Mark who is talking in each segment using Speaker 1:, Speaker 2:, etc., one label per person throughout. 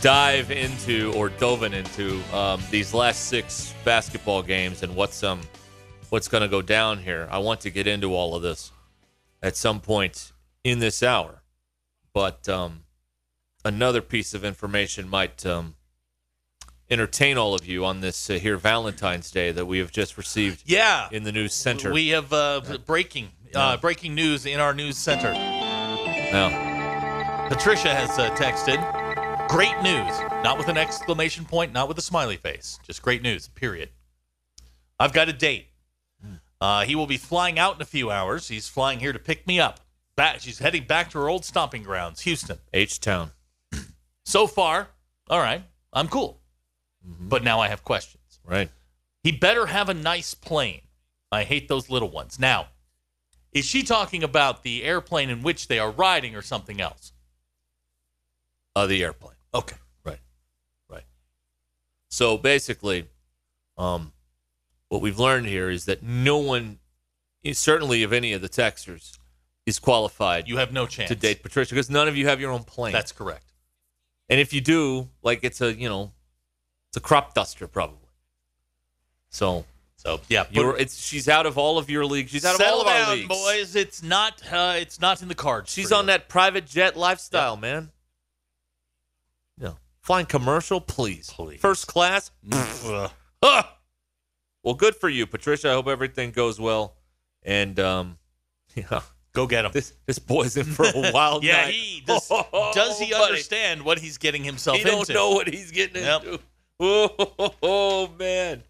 Speaker 1: dive into or delving into um, these last six basketball games and what's um what's going to go down here. I want to get into all of this at some point in this hour, but um, another piece of information might um, entertain all of you on this uh, here Valentine's Day that we have just received
Speaker 2: Yeah.
Speaker 1: in the news center.
Speaker 2: We have uh, breaking uh, breaking news in our news center.
Speaker 1: Now,
Speaker 2: Patricia has uh, texted, "Great news!" Not with an exclamation point, not with a smiley face, just great news. Period. I've got a date. Uh, he will be flying out in a few hours. He's flying here to pick me up. Back, she's heading back to her old stomping grounds, Houston.
Speaker 1: H Town.
Speaker 2: So far, all right, I'm cool. But now I have questions.
Speaker 1: Right.
Speaker 2: He better have a nice plane. I hate those little ones. Now, is she talking about the airplane in which they are riding or something else?
Speaker 1: Uh, the airplane.
Speaker 2: Okay.
Speaker 1: Right. Right. So basically, um, what we've learned here is that no one, eh, certainly of any of the texters, is qualified
Speaker 2: You have no chance.
Speaker 1: to date Patricia because none of you have your own plane.
Speaker 2: That's correct.
Speaker 1: and if you do, like it's a you know, it's a crop duster probably. So
Speaker 2: So, yeah. put-
Speaker 1: you're it's she's out of all of your leagues. She's out of all
Speaker 2: settle
Speaker 1: of our
Speaker 2: down,
Speaker 1: leagues.
Speaker 2: boys. It's not uh, it's not in the cards.
Speaker 1: She's
Speaker 2: for
Speaker 1: on
Speaker 2: you.
Speaker 1: that private jet lifestyle, man. No. Flying commercial, please.
Speaker 2: Please.
Speaker 1: First class.
Speaker 2: Ugh.
Speaker 1: Huh. Well, good for you, Patricia. I hope everything goes well. And um, yeah,
Speaker 2: Go get him.
Speaker 1: this this boy's in for a wild
Speaker 2: yeah,
Speaker 1: night. Oh,
Speaker 2: he does, does he
Speaker 1: buddy,
Speaker 2: understand what he's getting himself
Speaker 1: He
Speaker 2: into?
Speaker 1: don't know what he's getting
Speaker 2: Yep.
Speaker 1: into. Oh, man!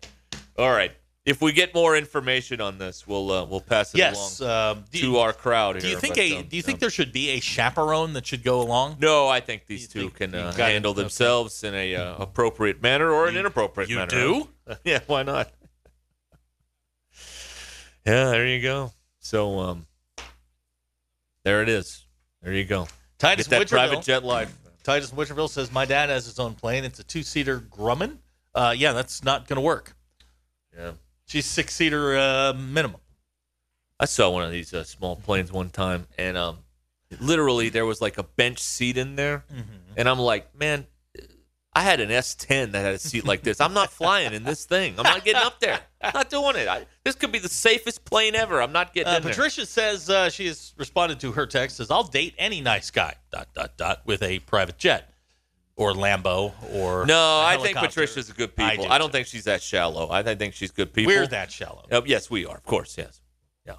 Speaker 1: All right. If we get more information on this, we'll uh, we'll pass it
Speaker 2: Yes.
Speaker 1: along
Speaker 2: Um, do,
Speaker 1: to our crowd.
Speaker 2: do you
Speaker 1: here,
Speaker 2: think
Speaker 1: but,
Speaker 2: a
Speaker 1: um,
Speaker 2: do you think
Speaker 1: um,
Speaker 2: there should be a chaperone that should go along?
Speaker 1: No, I think these
Speaker 2: You
Speaker 1: two
Speaker 2: think
Speaker 1: can
Speaker 2: you
Speaker 1: uh,
Speaker 2: got it.
Speaker 1: handle
Speaker 2: Okay.
Speaker 1: themselves in a uh, appropriate manner or an inappropriate
Speaker 2: You
Speaker 1: manner.
Speaker 2: do?
Speaker 1: yeah, why not? yeah, there you go. So, um, there it is. There you go.
Speaker 2: Titus
Speaker 1: Get that private
Speaker 2: Winterville-
Speaker 1: jet life.
Speaker 2: Titus in Winterville says, My dad has his own plane. It's a two seater Grumman. Uh, yeah, that's not going to work.
Speaker 1: Yeah,
Speaker 2: She's six seater uh, minimum.
Speaker 1: I saw one of these uh, small planes one time, and um, literally there was like a bench seat in there,
Speaker 2: Mm-hmm.
Speaker 1: and I'm like, man. I had an S10 that had a seat like this. I'm not flying in this thing. I'm not getting up there. I'm not doing it. I, this could be the safest plane ever. I'm not getting
Speaker 2: Uh,
Speaker 1: in there.
Speaker 2: Patricia says uh, she has responded to her text says, I'll date any nice guy, dot, dot, dot, with a private jet or Lambo or.
Speaker 1: No,
Speaker 2: a
Speaker 1: I think
Speaker 2: helicopter.
Speaker 1: Patricia's a good
Speaker 2: I
Speaker 1: people.
Speaker 2: do,
Speaker 1: I, don't
Speaker 2: too.
Speaker 1: think she's that shallow. I, I think she's good people.
Speaker 2: We're that shallow.
Speaker 1: Uh, yes, we are. Of course, yes. Yeah.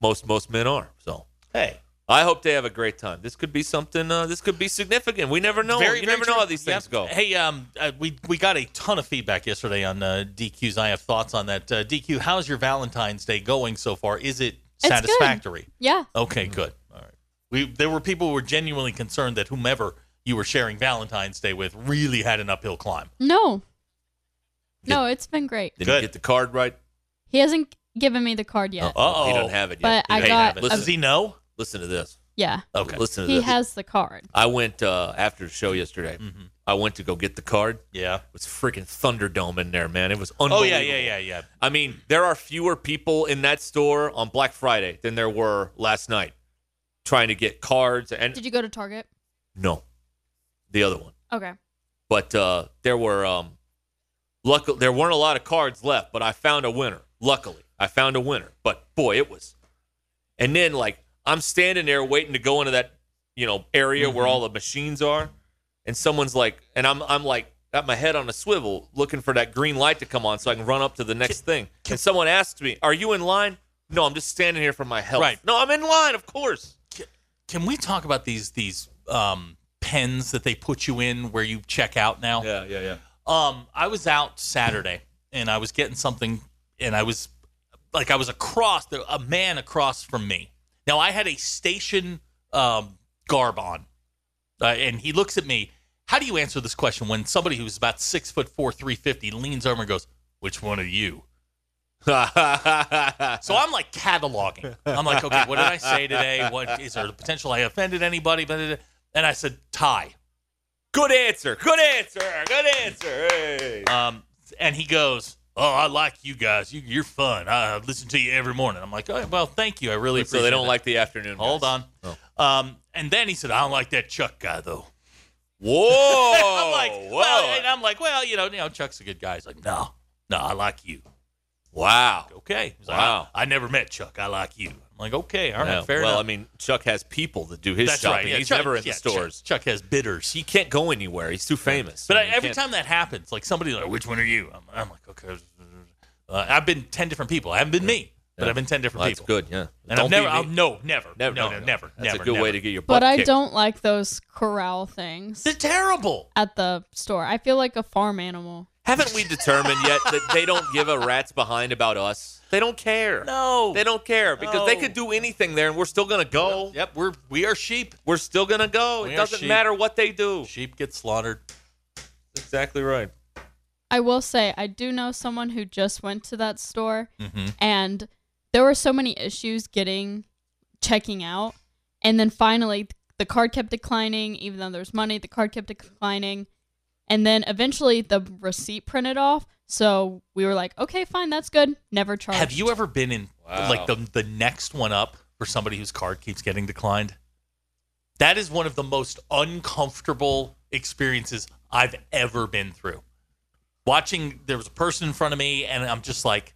Speaker 1: Most most men are. So
Speaker 2: Hey.
Speaker 1: I hope they have a great time. This could be something. Uh, this could be significant. We never know. you never know
Speaker 2: true.
Speaker 1: how these things
Speaker 2: Yep.
Speaker 1: go.
Speaker 2: Hey, um, uh, we we got a ton of feedback yesterday on uh, DQ's. I have thoughts on that. Uh, DQ, how's your Valentine's Day going so far? Is it
Speaker 3: good.
Speaker 2: satisfactory?
Speaker 3: Yeah.
Speaker 2: Okay, good. All right. We there were people who were genuinely concerned that whomever you were sharing Valentine's Day with really had an uphill climb.
Speaker 3: No. No, it's been great.
Speaker 1: Did you
Speaker 2: good.
Speaker 1: get the card right?
Speaker 3: He hasn't given me the card yet.
Speaker 1: he
Speaker 2: Uh-oh.
Speaker 1: don't have it yet.
Speaker 3: But I
Speaker 1: Hey,
Speaker 3: got-
Speaker 1: Abbott, Listen,
Speaker 2: Does he know?
Speaker 1: listen to this.
Speaker 3: Yeah.
Speaker 2: Okay.
Speaker 1: Listen to
Speaker 3: He
Speaker 1: this.
Speaker 3: has the card.
Speaker 1: I went uh, after the show yesterday.
Speaker 2: Mm-hmm.
Speaker 1: I went to go get the card. It
Speaker 2: Yeah.
Speaker 1: was freaking Thunderdome in there, man. It was unbelievable.
Speaker 2: Oh yeah, yeah, yeah, yeah.
Speaker 1: I mean, there are fewer people in that store on Black Friday than there were last night trying to get cards and
Speaker 3: Did you go to Target?
Speaker 1: no, the other one.
Speaker 3: Okay.
Speaker 1: But uh, there were um, luckily there weren't a lot of cards left, but I found a winner. Luckily, I found a winner. But boy, it was. And then like I'm standing there waiting to go into that you know area where all the machines are, and someone's like, and I'm I'm like got my head on a swivel looking for that green light to come on so I can run up to the next thing. and someone asked me, "Are you in line?" No, I'm just standing here for my health.
Speaker 2: Right.
Speaker 1: No, I'm in line, of course.
Speaker 2: Can we talk about these these um pens that they put you in where you check out now?
Speaker 1: Yeah, yeah, yeah.
Speaker 2: Um, I was out Saturday and I was getting something, and I was like, I was across the, a man across from me. Now I had a station um, garb on, uh, and he looks at me, How do you answer this question when somebody who's about six foot four, three fifty, leans over and goes, "Which one are you?" So I'm like cataloging. I'm like, okay, what did I say today? What is there the potential I offended anybody? Blah, blah, blah. And I said tie.
Speaker 1: good answer. Good answer. Good answer. Hey.
Speaker 2: Um, and he goes, "Oh, I like you guys. You, you're fun. I listen to you every morning." I'm like, oh, "Well, thank you. I really
Speaker 1: so
Speaker 2: appreciate."
Speaker 1: they don't
Speaker 2: that."
Speaker 1: like the afternoon.
Speaker 2: Hold
Speaker 1: guys. Oh.
Speaker 2: on. Um, and then he said, "I don't like that Chuck guy though."
Speaker 1: Whoa.
Speaker 2: I'm like,
Speaker 1: Oh, whoa.
Speaker 2: well, and I'm like, well, you know, you know, Chuck's a good guy. He's like, no, no, I like you.
Speaker 1: wow.
Speaker 2: Okay. He's like,
Speaker 1: Wow.
Speaker 2: I, I never met Chuck. I like you. I'm like, okay, all right,
Speaker 1: Yeah,
Speaker 2: fair
Speaker 1: well,
Speaker 2: enough.
Speaker 1: I mean, Chuck has people that do his
Speaker 2: That's
Speaker 1: shopping.
Speaker 2: right. Yeah,
Speaker 1: He's
Speaker 2: Chuck-
Speaker 1: never in
Speaker 2: yeah,
Speaker 1: the stores.
Speaker 2: Chuck, Chuck has bidders.
Speaker 1: He can't go anywhere. He's too famous.
Speaker 2: But
Speaker 1: I
Speaker 2: I,
Speaker 1: mean, he
Speaker 2: every
Speaker 1: can't-
Speaker 2: time that happens, like somebody's like, which one are you? I'm, I'm like, okay. Uh, I've been 10 different people. I haven't been me, but
Speaker 1: Yeah.
Speaker 2: I've been 10 different
Speaker 1: Well, that's
Speaker 2: people.
Speaker 1: good. Yeah.
Speaker 2: And
Speaker 1: Don't
Speaker 2: I've
Speaker 1: be
Speaker 2: never,
Speaker 1: me.
Speaker 2: I'll, no, never.
Speaker 1: Never,
Speaker 2: no, no, never.
Speaker 1: That's
Speaker 2: never,
Speaker 1: a good
Speaker 2: never.
Speaker 1: way to get your butt
Speaker 3: But I
Speaker 1: kicked.
Speaker 3: don't like those corral things
Speaker 2: They're terrible.
Speaker 3: at the store. I feel like a farm animal.
Speaker 1: Haven't we determined yet that they don't give a rat's behind about us? They don't care.
Speaker 2: No.
Speaker 1: They don't care because they could
Speaker 2: No.
Speaker 1: do anything there, and we're still gonna go.
Speaker 2: Yep, we're, we are sheep.
Speaker 1: We're still gonna go.
Speaker 2: We
Speaker 1: it
Speaker 2: are
Speaker 1: doesn't
Speaker 2: sheep.
Speaker 1: matter what they do.
Speaker 2: Sheep get slaughtered.
Speaker 1: Exactly right.
Speaker 3: I will say, I do know someone who just went to that store
Speaker 1: Mm-hmm.
Speaker 3: and there were so many issues getting checking out. And then finally, the card kept declining, even though there's money, the card kept declining. And then eventually the receipt printed off. So we were like, okay, fine, that's good. Never charged.
Speaker 2: Have you ever been in
Speaker 1: Wow.
Speaker 2: like the the next one up for somebody whose card keeps getting declined? That is one of the most uncomfortable experiences I've ever been through. Watching there was a person in front of me and I'm just like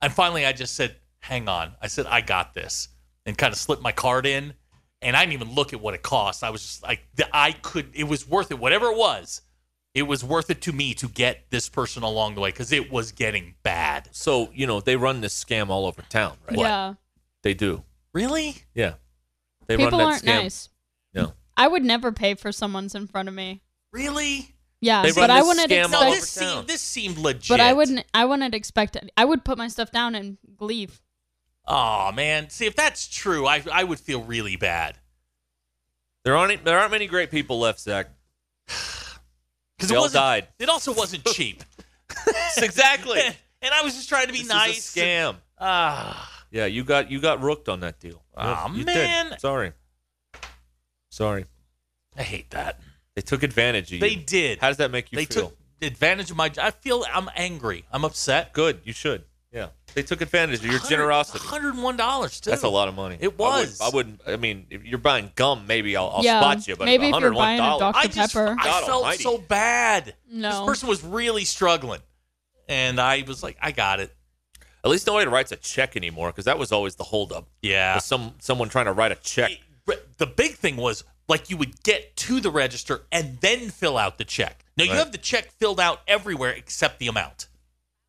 Speaker 2: and finally I just said, "Hang on." I said, "I got this." And kind of slipped my card in and I didn't even look at what it cost. I was just like the, I could it was worth it whatever it was. It was worth it to me to get this person along the way cuz it was getting bad.
Speaker 1: So you know they run this scam all over town, right?
Speaker 3: Yeah.
Speaker 1: They do.
Speaker 2: Really?
Speaker 1: Yeah. They run
Speaker 3: People
Speaker 1: that
Speaker 3: aren't
Speaker 1: scam.
Speaker 3: nice.
Speaker 1: No.
Speaker 3: I would never pay for someone's in front of me.
Speaker 2: Really?
Speaker 3: Yeah,
Speaker 1: They run
Speaker 3: but I
Speaker 1: this
Speaker 3: wouldn't
Speaker 1: scam
Speaker 3: expect.
Speaker 2: No,
Speaker 1: all Like-
Speaker 2: this seemed, this seemed legit.
Speaker 3: but I wouldn't. I wouldn't expect. it. I would put my stuff down and leave.
Speaker 2: Oh man, see if that's true, I I would feel really bad
Speaker 1: There aren't there aren't many great people left, Zach.
Speaker 2: because
Speaker 1: They
Speaker 2: it
Speaker 1: all
Speaker 2: wasn't.
Speaker 1: died.
Speaker 2: It also wasn't cheap,
Speaker 1: exactly.
Speaker 2: and I was just trying to be
Speaker 1: This is a
Speaker 2: nice.
Speaker 1: scam.
Speaker 2: Ah,
Speaker 1: Yeah, you got you got rooked on that deal.
Speaker 2: Aw,
Speaker 1: Yes, you
Speaker 2: man.
Speaker 1: Did. Sorry. Sorry.
Speaker 2: I hate that.
Speaker 1: They took advantage of
Speaker 2: They
Speaker 1: you.
Speaker 2: did.
Speaker 1: How does that make you
Speaker 2: they
Speaker 1: feel?
Speaker 2: took advantage of my. I feel I'm angry. I'm upset.
Speaker 1: Good. You should. Yeah. They took advantage of your generosity.
Speaker 2: Hundred one dollars too.
Speaker 1: That's a lot of money.
Speaker 2: It was.
Speaker 1: I, would, not I mean, if you're buying gum, maybe I'll, I'll
Speaker 3: Yeah,
Speaker 1: spot you. But
Speaker 3: maybe if you're
Speaker 1: $101,
Speaker 3: buying a doc-
Speaker 2: I just
Speaker 3: Pepper.
Speaker 2: I
Speaker 1: God
Speaker 2: felt
Speaker 1: almighty.
Speaker 2: so bad.
Speaker 3: No.
Speaker 2: This person was really struggling, and I was like, I got it.
Speaker 1: at least nobody writes a check anymore because that was always the holdup.
Speaker 2: Yeah.
Speaker 1: Was Some someone trying to write a check.
Speaker 2: it- but the big thing was like you would get to the register and then fill out the check. Now you
Speaker 1: Right.
Speaker 2: have the check filled out everywhere except the amount.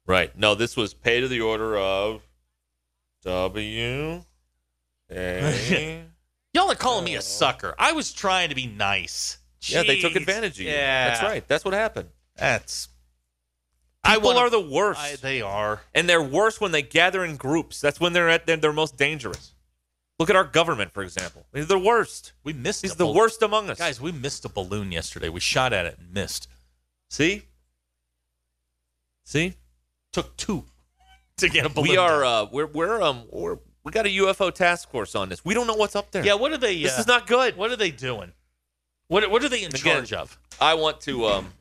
Speaker 1: Right. No, this was pay to the order of W. A.
Speaker 2: Y'all are calling me a sucker. I was trying to be nice.
Speaker 1: Oh. yeah, they took
Speaker 2: Jeez.
Speaker 1: advantage of you.
Speaker 2: Yeah,
Speaker 1: That's right. That's what happened.
Speaker 2: That's I
Speaker 1: People
Speaker 2: wanna-
Speaker 1: are the worst.
Speaker 2: I, they are.
Speaker 1: and they're worse when they gather in groups. That's when they're at their, their most dangerous. Look at our government, for example. They're the worst.
Speaker 2: We missed.
Speaker 1: He's
Speaker 2: a
Speaker 1: the
Speaker 2: bal-
Speaker 1: worst among us.
Speaker 2: guys. We missed a balloon yesterday. We shot at it and missed.
Speaker 1: see? See?
Speaker 2: Took two to get a balloon.
Speaker 1: We are
Speaker 2: down.
Speaker 1: uh we're we're um we're, we got a UFO task force on this. We don't know what's up there.
Speaker 2: yeah. What are they?
Speaker 1: This
Speaker 2: uh,
Speaker 1: is not good.
Speaker 2: What are they doing? What What are they in
Speaker 1: Again,
Speaker 2: charge of?
Speaker 1: I want to um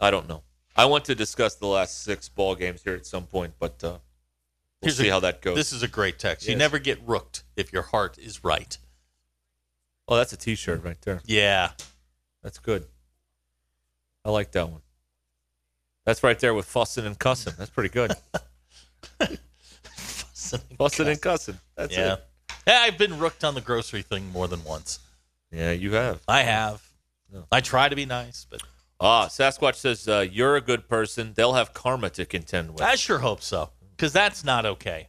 Speaker 1: I don't know. I want to discuss the last 6 ball games here at some point, but uh we'll
Speaker 2: Here's
Speaker 1: see
Speaker 2: a-
Speaker 1: how that goes.
Speaker 2: This is a great text. You
Speaker 1: Yes.
Speaker 2: never get rooked if your heart is right.
Speaker 1: oh, that's a t-shirt right there.
Speaker 2: Yeah.
Speaker 1: That's good. I like that one. That's right there with fussing and cussing. That's pretty good. fussing and cussing. That's
Speaker 2: yeah.
Speaker 1: it.
Speaker 2: Yeah, I've been rooked on the grocery thing more than once.
Speaker 1: Yeah, you have.
Speaker 2: I have.
Speaker 1: Yeah.
Speaker 2: I try to be nice, but
Speaker 1: Ah, Sasquatch says uh, you're a good person. They'll have karma to contend with.
Speaker 2: I sure hope so because that's not okay.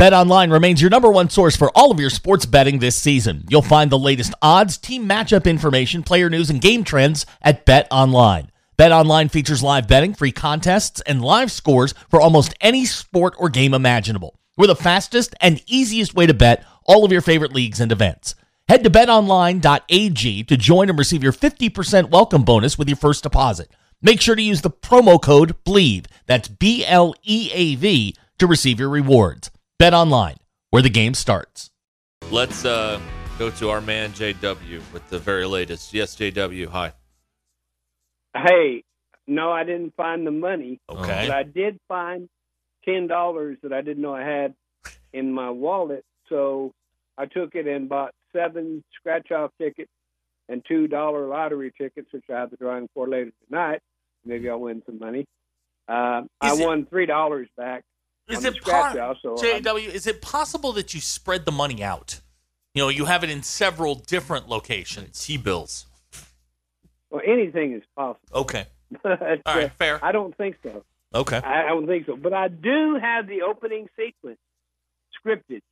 Speaker 2: BetOnline remains your number one source for all of your sports betting this season. You'll find the latest odds, team matchup information, player news, and game trends at BetOnline. BetOnline features live betting, free contests, and live scores for almost any sport or game imaginable. We're the fastest and easiest way to bet all of your favorite leagues and events. Head to betonline.ag to join and receive your 50% welcome bonus with your first deposit. Make sure to use the promo code BLEAV, that's B L E A V, to receive your rewards. Bet online, where the game starts.
Speaker 1: Let's uh, go to our man JW with the very latest. Yes, JW. Hi.
Speaker 4: Hey, no, I didn't find the money, but
Speaker 2: Okay.
Speaker 4: I did find ten dollars that I didn't know I had in my wallet. So I took it and bought seven scratch-off tickets and two dollar lottery tickets, which I have the drawing for later tonight. Maybe I'll win some money. Uh, I
Speaker 2: Is it-
Speaker 4: won three dollars back.
Speaker 2: Is
Speaker 4: on the
Speaker 2: it
Speaker 4: scratch
Speaker 2: po-
Speaker 4: off, so I'm-
Speaker 2: JW? Is it possible that you spread the money out? You know, you have it in several different locations. T bills.
Speaker 4: Well, anything is possible.
Speaker 2: Okay.
Speaker 4: But,
Speaker 2: All right,
Speaker 4: uh,
Speaker 2: fair.
Speaker 4: I don't think so.
Speaker 2: Okay.
Speaker 4: I, I don't think so. But I do have the opening sequence scripted,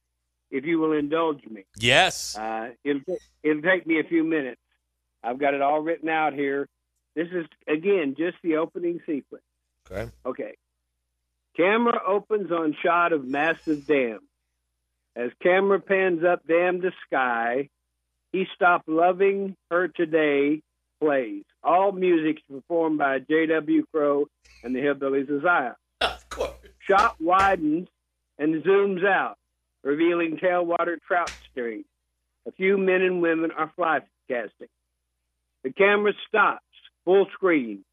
Speaker 4: if you will indulge me.
Speaker 2: Yes.
Speaker 4: Uh, it'll, ta- it'll take me a few minutes. I've got it all written out here. This is, again, just the opening sequence.
Speaker 1: Okay.
Speaker 4: Okay. Camera opens on shot of massive dam. As camera pans up dam to sky, he stopped loving her today plays. All music performed by J.W. Crowe and the Hillbillies of Zion.
Speaker 2: Of course.
Speaker 4: Shot widens and zooms out, revealing tailwater trout stream. A few men and women are fly casting. The camera stops, full screen.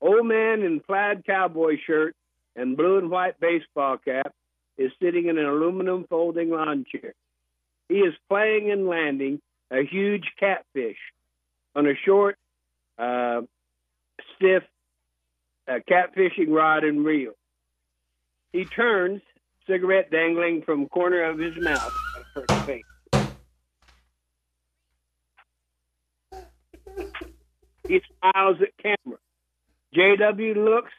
Speaker 4: Old man in plaid cowboy shirt and blue and white baseball cap is sitting in an aluminum folding lawn chair. He is playing and landing a huge catfish on a short, uh, stiff uh, catfishing rod and reel. He turns, cigarette dangling from corner of his mouth. at first base. He smiles at camera. JW looks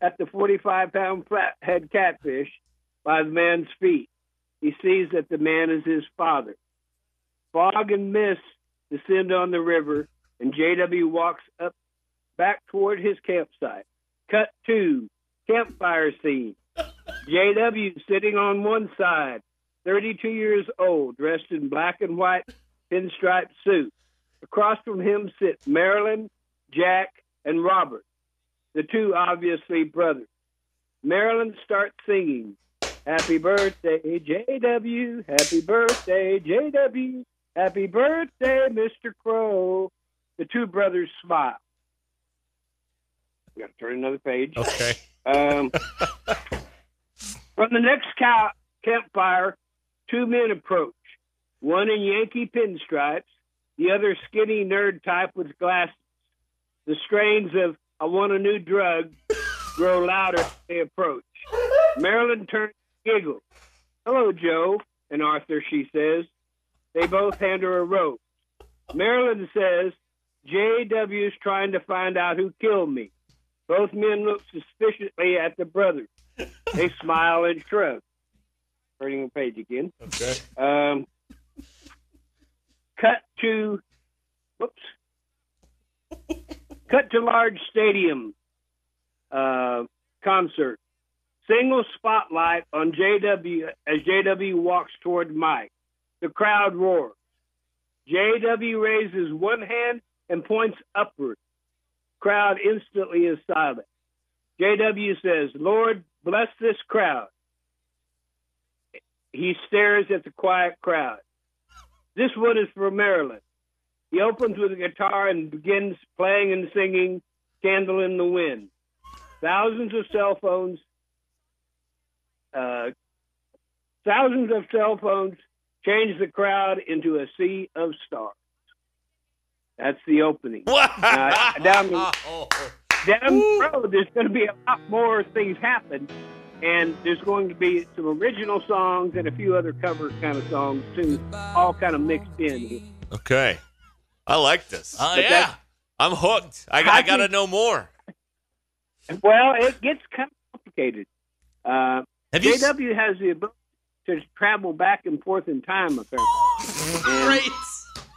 Speaker 4: at the 45 pound flathead catfish by the man's feet. He sees that the man is his father. Fog and mist descend on the river, and JW walks up back toward his campsite. Cut to campfire scene. JW sitting on one side, 32 years old, dressed in black and white pinstripe suit. Across from him sit Marilyn, Jack, and Robert, the two obviously brothers. Marilyn starts singing, Happy birthday, JW, happy birthday, JW, happy birthday, Mr. Crow. The two brothers smile. We gotta turn another page.
Speaker 2: Okay.
Speaker 4: Um, from the next cow- campfire, two men approach. One in Yankee pinstripes, the other skinny nerd type with glasses. The strains of "I Want a New Drug" grow louder as they approach. Marilyn turns, and giggles. "Hello, Joe and Arthur," she says. They both hand her a rose. Marilyn says, "J.W.'s trying to find out who killed me." Both men look suspiciously at the brothers. They smile and shrug. Turning the page again.
Speaker 2: Okay.
Speaker 4: Um, cut to, whoops. cut to large stadium uh, concert. Single spotlight on JW as JW walks toward Mike. The crowd roars. JW raises one hand and points upward. Crowd instantly is silent. JW says, Lord, bless this crowd. He stares at the quiet crowd. This one is for Maryland. He opens with a guitar and begins playing and singing Candle in the Wind. Thousands of cell phones uh, Thousands of cell phones change the crowd into a sea of stars. That's the opening. Now, down the,
Speaker 1: Oh.
Speaker 4: down the road, there's going to be a lot more things happen, and there's going to be some original songs and a few other cover kind of songs too, all kind of mixed in.
Speaker 1: Okay. I like this.
Speaker 2: Oh,
Speaker 4: But
Speaker 2: yeah.
Speaker 4: that-
Speaker 1: Uh, I'm hooked. I,
Speaker 4: How
Speaker 1: I
Speaker 4: do
Speaker 1: got to
Speaker 4: you-
Speaker 1: know more.
Speaker 4: Well, it gets kind of complicated. Uh,
Speaker 2: Have you s-
Speaker 4: JW has the ability to travel back and forth in time, apparently. And
Speaker 2: Great.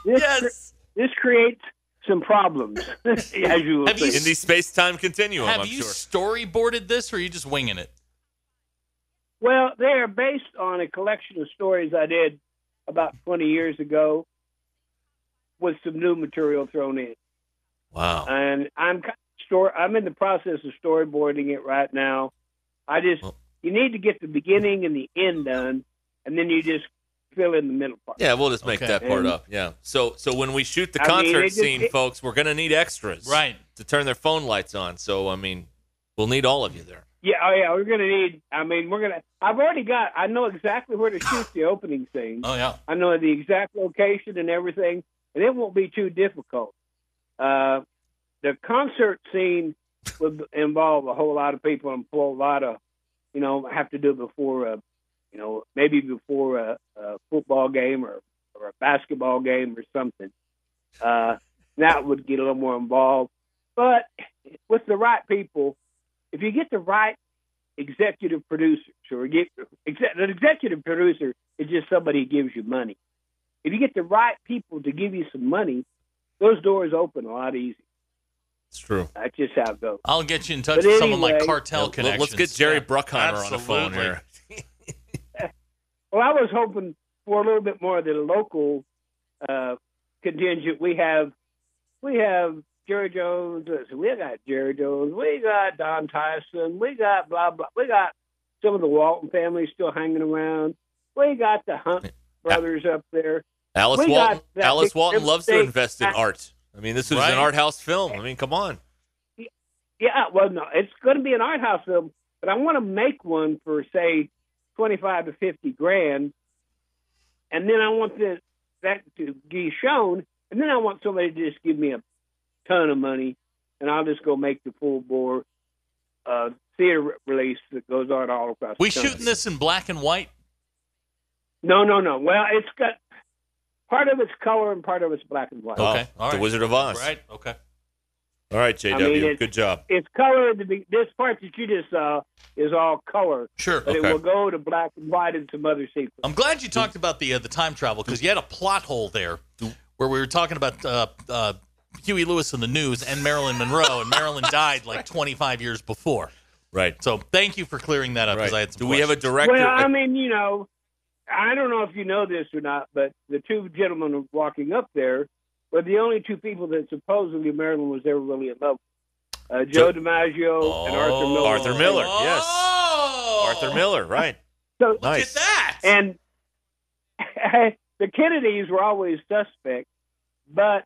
Speaker 4: This,
Speaker 2: Yes.
Speaker 4: this creates some problems, as you will
Speaker 2: Have you
Speaker 4: see.
Speaker 1: In the space time continuum,
Speaker 2: Have
Speaker 1: I'm
Speaker 2: you
Speaker 1: sure.
Speaker 2: storyboarded this or are you just winging it?
Speaker 4: Well, they are based on a collection of stories I did about 20 years ago with some new material thrown in.
Speaker 1: Wow.
Speaker 4: And I'm kind of store I'm in the process of storyboarding it right now. I just
Speaker 2: Well-
Speaker 4: you need to get the beginning and the end done and then you just fill in the middle part.
Speaker 1: Yeah, we'll just make
Speaker 2: Okay.
Speaker 1: that part
Speaker 4: And-
Speaker 1: up. Yeah. So so when we shoot the
Speaker 4: I mean,
Speaker 1: concert
Speaker 4: it just-
Speaker 1: scene,
Speaker 4: it-
Speaker 1: folks, we're gonna need extras.
Speaker 2: Right.
Speaker 1: To turn their phone lights on. So I mean, we'll need all of you there.
Speaker 4: Yeah, oh yeah, we're gonna need. I mean, we're gonna. I've already got. I know exactly where to shoot the opening scene.
Speaker 2: Oh, yeah.
Speaker 4: I know the exact location and everything, and it won't be too difficult. Uh, the concert scene would involve a whole lot of people and a whole lot of, you know, have to do it before a, you know, maybe before a, a football game or or a basketball game or something. Uh, that would get a little more involved, but with the right people, if you get the right executive producer, or get exec, an executive producer is just somebody who gives you money. If you get the right people to give you some money, those doors open a lot easier.
Speaker 1: It's true.
Speaker 4: That's just how it goes.
Speaker 2: I'll get you in touch
Speaker 4: But
Speaker 2: with someone like
Speaker 4: anyway-
Speaker 2: Cartel Connections.
Speaker 1: Let's get Jerry
Speaker 2: Yeah.
Speaker 1: Bruckheimer on the phone
Speaker 2: Absolutely.
Speaker 1: here.
Speaker 4: Well, I was hoping for a little bit more of the local uh, contingent. We have we have Jerry Jones. let's see, We got Jerry Jones. We got Don Tyson. We got blah blah. We got some of the Walton family still hanging around. We got the Hunt brothers up there.
Speaker 1: Alice
Speaker 4: We got
Speaker 1: Walton.
Speaker 4: that
Speaker 1: Alice
Speaker 4: big
Speaker 1: Walton loves to
Speaker 4: mistake.
Speaker 1: invest in art. I mean, this was
Speaker 2: Right.
Speaker 1: an art house film. I mean, come on.
Speaker 4: Yeah, well, no, it's going to be an art house film, but I want to make one for say twenty-five to fifty grand, and then I want this, that to be shown, and then I want somebody to just give me a ton of money, and I'll just go make the full bore uh, theater release that goes on all across.
Speaker 2: We
Speaker 4: the country.
Speaker 2: shooting this in black and white?
Speaker 4: No, no, no. Well, it's got part of it's color and part of it's black and white.
Speaker 1: Wow.
Speaker 2: Okay. All
Speaker 1: Oh, The
Speaker 2: right.
Speaker 1: Wizard of Oz.
Speaker 2: Right. Okay.
Speaker 1: All right, JW.
Speaker 4: it-
Speaker 1: Good job.
Speaker 4: It's color. at the be- This part that you just saw is all color.
Speaker 2: Sure.
Speaker 4: But
Speaker 1: Okay.
Speaker 4: it will go to black and white and some other sequences.
Speaker 2: I'm glad you talked about the uh, the time travel because you had a plot hole there where we were talking about uh, uh, Huey Lewis in the news and Marilyn Monroe, and Marilyn died like 25 years before.
Speaker 1: Right.
Speaker 2: So thank you for clearing that up because
Speaker 1: Right.
Speaker 2: I had some.
Speaker 1: Do we have a
Speaker 2: questions.
Speaker 1: director?
Speaker 4: Well, I mean, you know, I don't know if you know this or not, but the two gentlemen walking up there were the only two people that supposedly Marilyn was ever really in love with. Uh, Joe DiMaggio and Arthur Miller.
Speaker 1: Oh, Uh, Arthur Miller. Yes.
Speaker 2: Oh!
Speaker 1: Arthur Miller. Right.
Speaker 4: So,
Speaker 2: Look
Speaker 1: Nice.
Speaker 2: at that.
Speaker 4: and the Kennedys were always suspect, but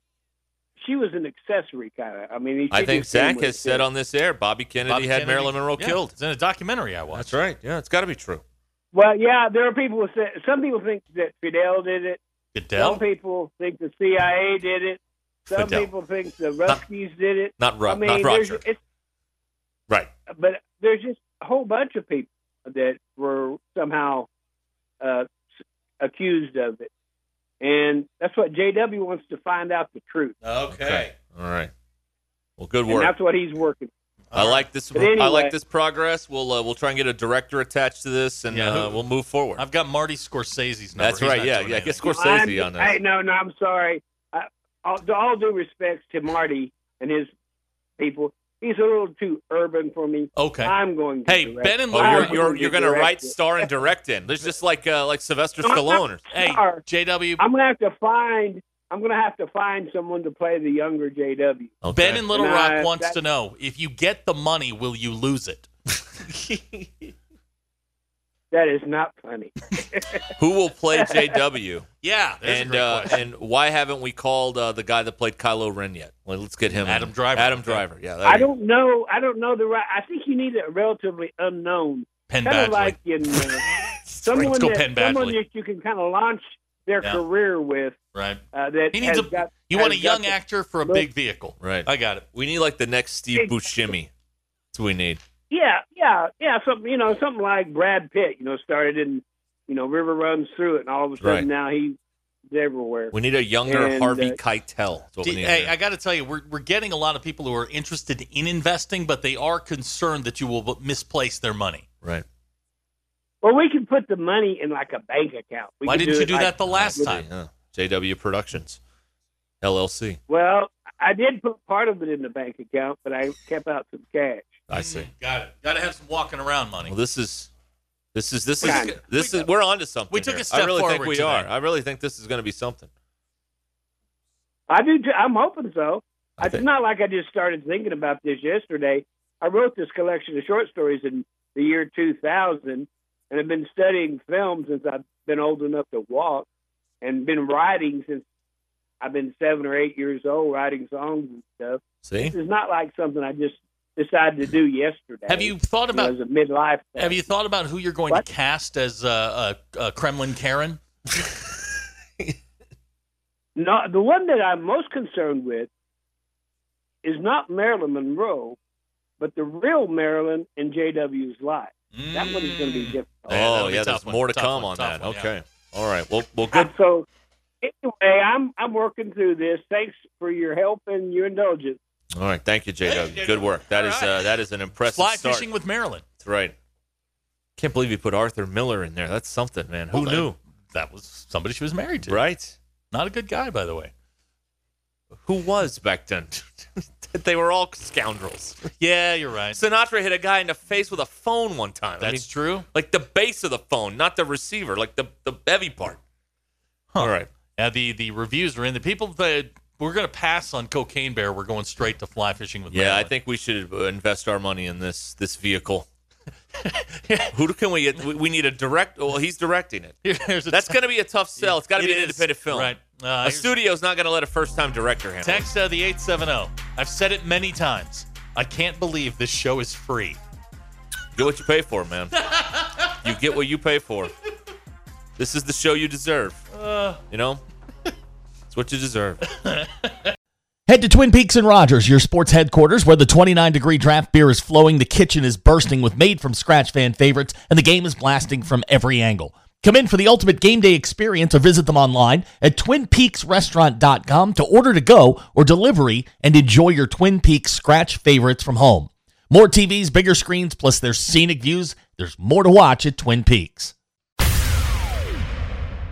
Speaker 4: she was an accessory kind of. I mean, she
Speaker 1: I think
Speaker 4: just came
Speaker 1: Zach
Speaker 4: with
Speaker 1: has
Speaker 4: it.
Speaker 1: said on this air Bobby Kennedy
Speaker 2: Bobby
Speaker 1: had
Speaker 2: Kennedy-
Speaker 1: Marilyn Monroe
Speaker 2: Yeah,
Speaker 1: killed.
Speaker 2: It's in a documentary I watched.
Speaker 1: right. Yeah, it's got to be true.
Speaker 4: Well, yeah, there are people who say some people think that Fidel did it.
Speaker 2: Goodell.
Speaker 4: Some people think the CIA did it. Some
Speaker 1: Fidel.
Speaker 4: people think the Ruskies did it.
Speaker 1: Not Ro-
Speaker 4: I mean,
Speaker 1: not
Speaker 4: there's-
Speaker 1: Roger.
Speaker 4: It's,
Speaker 1: Right.
Speaker 4: but there's just a whole bunch of people that were somehow uh, s- accused of it, and that's what JW wants to find out the truth,
Speaker 2: Okay.
Speaker 1: All right. Well, good
Speaker 4: and
Speaker 1: work.
Speaker 4: that's what he's working.
Speaker 1: I like this.
Speaker 4: But anyway-
Speaker 1: I like this progress. We'll uh, we'll try and get a director attached to this, and
Speaker 2: Yeah,
Speaker 1: uh,
Speaker 2: who-
Speaker 1: we'll move forward.
Speaker 2: I've got Marty Scorsese's number.
Speaker 1: That's
Speaker 2: He's
Speaker 1: right.
Speaker 2: not
Speaker 1: Yeah,
Speaker 2: doing
Speaker 1: yeah. I guess
Speaker 2: anything.
Speaker 1: Scorsese
Speaker 4: I'm-
Speaker 1: on
Speaker 4: I,
Speaker 1: that.
Speaker 4: no, no, I'm sorry. I, all, all due respects to Marty and his people. He's a little too urban for me.
Speaker 2: Okay.
Speaker 4: I'm going. To
Speaker 2: Hey,
Speaker 4: direct.
Speaker 2: Ben and
Speaker 1: Oh,
Speaker 2: I'm
Speaker 1: you're
Speaker 2: going
Speaker 1: you're, you're going to write,
Speaker 4: direct it.
Speaker 1: star, and direct in. There's just like uh, like Sylvester
Speaker 4: No, I'm not
Speaker 1: Stallone. Or,
Speaker 2: Hey,
Speaker 4: Star.
Speaker 2: JW.
Speaker 4: I'm gonna have to find. I'm gonna have to find someone to play the younger JW.
Speaker 2: Ben in Little
Speaker 4: And,
Speaker 2: Rock
Speaker 4: uh,
Speaker 2: wants
Speaker 4: that-
Speaker 2: to know if you get the money, will you lose it?
Speaker 4: That is not funny.
Speaker 1: Who will play JW?
Speaker 2: Yeah, there's a
Speaker 1: and
Speaker 2: great
Speaker 1: uh,
Speaker 2: question.
Speaker 1: and why haven't we called uh, the guy that played Kylo Ren yet? Well, let's get him.
Speaker 2: Adam
Speaker 1: in.
Speaker 2: Driver.
Speaker 1: Adam Driver. Yeah. there
Speaker 4: I
Speaker 1: you go.
Speaker 4: don't know. I don't know the right. I think you need a relatively unknown,
Speaker 2: Penn
Speaker 4: kind of
Speaker 2: Badgley.
Speaker 4: like in uh, someone
Speaker 2: go Penn
Speaker 4: that, someone
Speaker 2: Badgley.
Speaker 4: that you can kind of launch their
Speaker 2: Yeah.
Speaker 4: career with.
Speaker 2: Right.
Speaker 4: Uh, that
Speaker 2: He needs
Speaker 4: has
Speaker 2: a.
Speaker 4: got,
Speaker 2: you want a
Speaker 4: has got
Speaker 2: young
Speaker 4: the-
Speaker 2: actor for a
Speaker 4: look.
Speaker 2: big vehicle.
Speaker 1: Right.
Speaker 2: I got it.
Speaker 1: We need like the next Steve
Speaker 4: Exactly.
Speaker 1: Buscemi. That's what we need.
Speaker 4: Yeah, yeah, yeah. Something you know, something like Brad Pitt. You know, started in you know River runs through it, and all of a sudden
Speaker 1: Right.
Speaker 4: now he's everywhere.
Speaker 1: We need a younger
Speaker 4: And,
Speaker 1: Harvey
Speaker 4: uh,
Speaker 1: Keitel. That's what we
Speaker 2: D-
Speaker 1: need
Speaker 2: hey,
Speaker 1: here.
Speaker 2: I got to tell you, we're, we're getting a lot of people who are interested in investing, but they are concerned that you will b- misplace their money.
Speaker 1: right.
Speaker 4: Well, we can put the money in like a bank account. We
Speaker 2: Why
Speaker 4: could
Speaker 2: didn't you
Speaker 4: it
Speaker 2: do
Speaker 4: like-
Speaker 2: that the last time?
Speaker 1: Yeah. JW Productions, LLC.
Speaker 4: Well, I did put part of it in the bank account, but I kept out some cash.
Speaker 1: I see.
Speaker 2: Mm, Got it. Got to have some walking around money.
Speaker 1: Well, this is, this is, this
Speaker 4: We
Speaker 1: is,
Speaker 4: took-
Speaker 1: this
Speaker 2: we-
Speaker 1: is. We're onto something.
Speaker 2: we took a
Speaker 1: here. I
Speaker 2: step
Speaker 1: really think
Speaker 2: forward
Speaker 1: we
Speaker 2: today.
Speaker 1: are. I really think this is going to be something.
Speaker 4: I do. Too, I'm hoping so.
Speaker 1: I
Speaker 4: it's
Speaker 1: think-
Speaker 4: not like I just started thinking about this yesterday. I wrote this collection of short stories in the year 2000, and I've been studying film since I've been old enough to walk, and been writing since I've been seven or eight years old, writing songs and stuff.
Speaker 1: See,
Speaker 4: This is not like something I just decided to do yesterday.
Speaker 2: Have you thought about?
Speaker 4: it was a midlife? thing.
Speaker 2: Have you thought about who you're going
Speaker 4: What?
Speaker 2: to cast as uh, uh, uh, Kremlin Karen?
Speaker 4: No, the one that I'm most concerned with is not Marilyn Monroe, but the real Marilyn in JW's life. That one's going to be difficult.
Speaker 2: Yeah, that'll
Speaker 1: oh
Speaker 2: be
Speaker 1: yeah,
Speaker 2: a
Speaker 1: there's
Speaker 2: tough one.
Speaker 1: more to
Speaker 2: Tough
Speaker 1: come
Speaker 2: one,
Speaker 1: on
Speaker 2: tough
Speaker 1: that.
Speaker 2: one, yeah.
Speaker 1: okay, all right. Well, well, good.
Speaker 4: Uh, So anyway, I'm I'm working through this. Thanks for your help and your indulgence.
Speaker 1: All right, thank you, JW. Good work. That is uh, that is an impressive
Speaker 2: Fly
Speaker 1: start.
Speaker 2: fishing with Marilyn.
Speaker 1: That's right. Can't believe you put Arthur Miller in there. That's something, man. Who
Speaker 2: Well, that-
Speaker 1: knew?
Speaker 2: That was somebody she was married to.
Speaker 1: Right?
Speaker 2: Not a good guy, by the way.
Speaker 1: Who was back then? they were all scoundrels.
Speaker 2: Yeah, you're right.
Speaker 1: Sinatra hit a guy in the face with a phone one time. I
Speaker 2: That's
Speaker 1: mean,
Speaker 2: true.
Speaker 1: like the base of the phone, not the receiver, like the the heavy part.
Speaker 2: Huh.
Speaker 1: All right.
Speaker 2: Yeah, the the reviews are in. The people that we're going to pass on Cocaine Bear. We're going straight to fly fishing with.
Speaker 1: Yeah, I
Speaker 2: Marilyn.
Speaker 1: think we should uh, invest our money in this this vehicle. Who can we get? We- We need a direct. Well, he's directing it.
Speaker 2: Here's a
Speaker 1: That's going to be a tough sell. It's got to
Speaker 2: It
Speaker 1: be an
Speaker 2: is.
Speaker 1: independent film.
Speaker 2: Right. Uh,
Speaker 1: A
Speaker 2: here's-
Speaker 1: studio's not going to let a first-time director handle. it.
Speaker 2: Text uh, the 870. I've said it many times. I can't believe this show is free.
Speaker 1: Get what you pay for, man. you get what you pay for. This is the show you deserve.
Speaker 2: Uh.
Speaker 1: you know, it's what you deserve.
Speaker 5: Head to Twin Peaks and Rogers, your sports headquarters, where the 29 degree draft beer is flowing, the kitchen is bursting with made from scratch fan favorites, and the game is blasting from every angle. Come in for the ultimate game day experience or visit them online at twinpeaksrestaurant.com to order to go or delivery and enjoy your Twin Peaks scratch favorites from home. More TVs, bigger screens, plus there's scenic views. There's more to watch at Twin Peaks.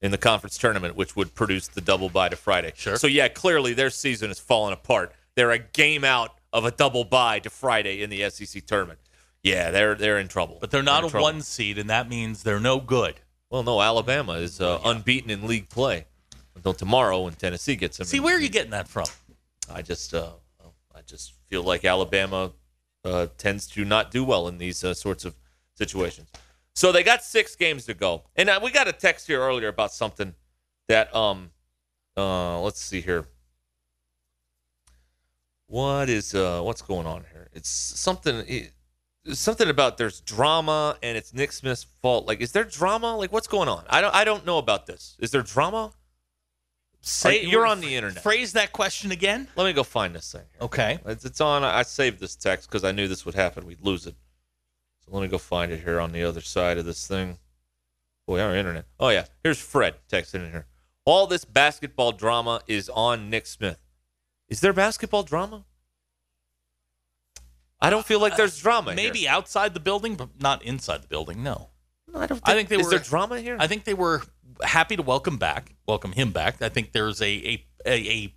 Speaker 1: in the conference tournament, which would produce the double bye to Friday.
Speaker 2: Sure.
Speaker 1: So yeah, clearly their season is falling apart. They're a game out of a double bye to Friday in the SEC tournament. Yeah, they're they're in trouble.
Speaker 2: But they're not
Speaker 1: in
Speaker 2: a
Speaker 1: trouble.
Speaker 2: one seed, and that means they're no good.
Speaker 1: Well, no, Alabama is uh, unbeaten in league play until tomorrow when Tennessee gets them.
Speaker 2: See,
Speaker 1: in-
Speaker 2: where are you getting that from?
Speaker 1: I just uh, I just feel like Alabama uh, tends to not do well in these uh, sorts of situations. So they got six games to go, and uh, we got a text here earlier about something that um uh let's see here. what is uh what's going on here? It's something it, it's something about there's drama and it's Nick Smith's fault. Like, is there drama? Like, what's going on? I don't I don't know about this. Is there drama? Say
Speaker 2: Like,
Speaker 1: you're on the internet.
Speaker 2: Phrase that question again.
Speaker 1: Let me go find this thing. Here.
Speaker 2: Okay.
Speaker 1: It's, it's on. I saved this text because I knew this would happen. We'd lose it. So let me go find it here on the other side of this thing. Boy, our internet. Oh, yeah. Here's Fred texting in here. All this basketball drama is on Nick Smith. Is there basketball drama? I don't feel like there's drama. here.
Speaker 2: Uh, Maybe outside the building, but not inside the building. No.
Speaker 1: I don't. Think,
Speaker 2: I think they
Speaker 1: is
Speaker 2: were-
Speaker 1: there drama here?
Speaker 2: I think they were happy to welcome back, welcome him back. I think there's a a, a, a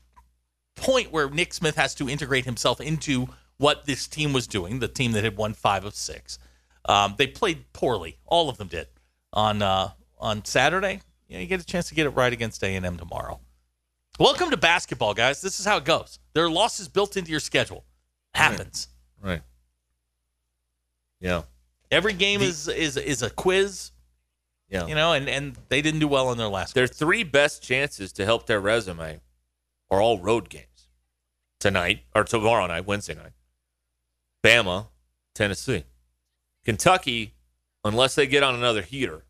Speaker 2: point where Nick Smith has to integrate himself into what this team was doing, the team that had won five of six. Um, they played poorly, all of them did on uh, on Saturday. You, know, you get a chance to get it right against A and M tomorrow. Welcome to basketball, guys. This is how it goes. There are losses built into your schedule. Happens.
Speaker 1: right. Yeah.
Speaker 2: Every game is is is a quiz,
Speaker 1: Yeah.
Speaker 2: you know, and and they didn't do well in their last.
Speaker 1: Their three best chances to help their resume are all road games tonight or tomorrow night, Wednesday night. Bama, Tennessee. Kentucky, unless they get on another heater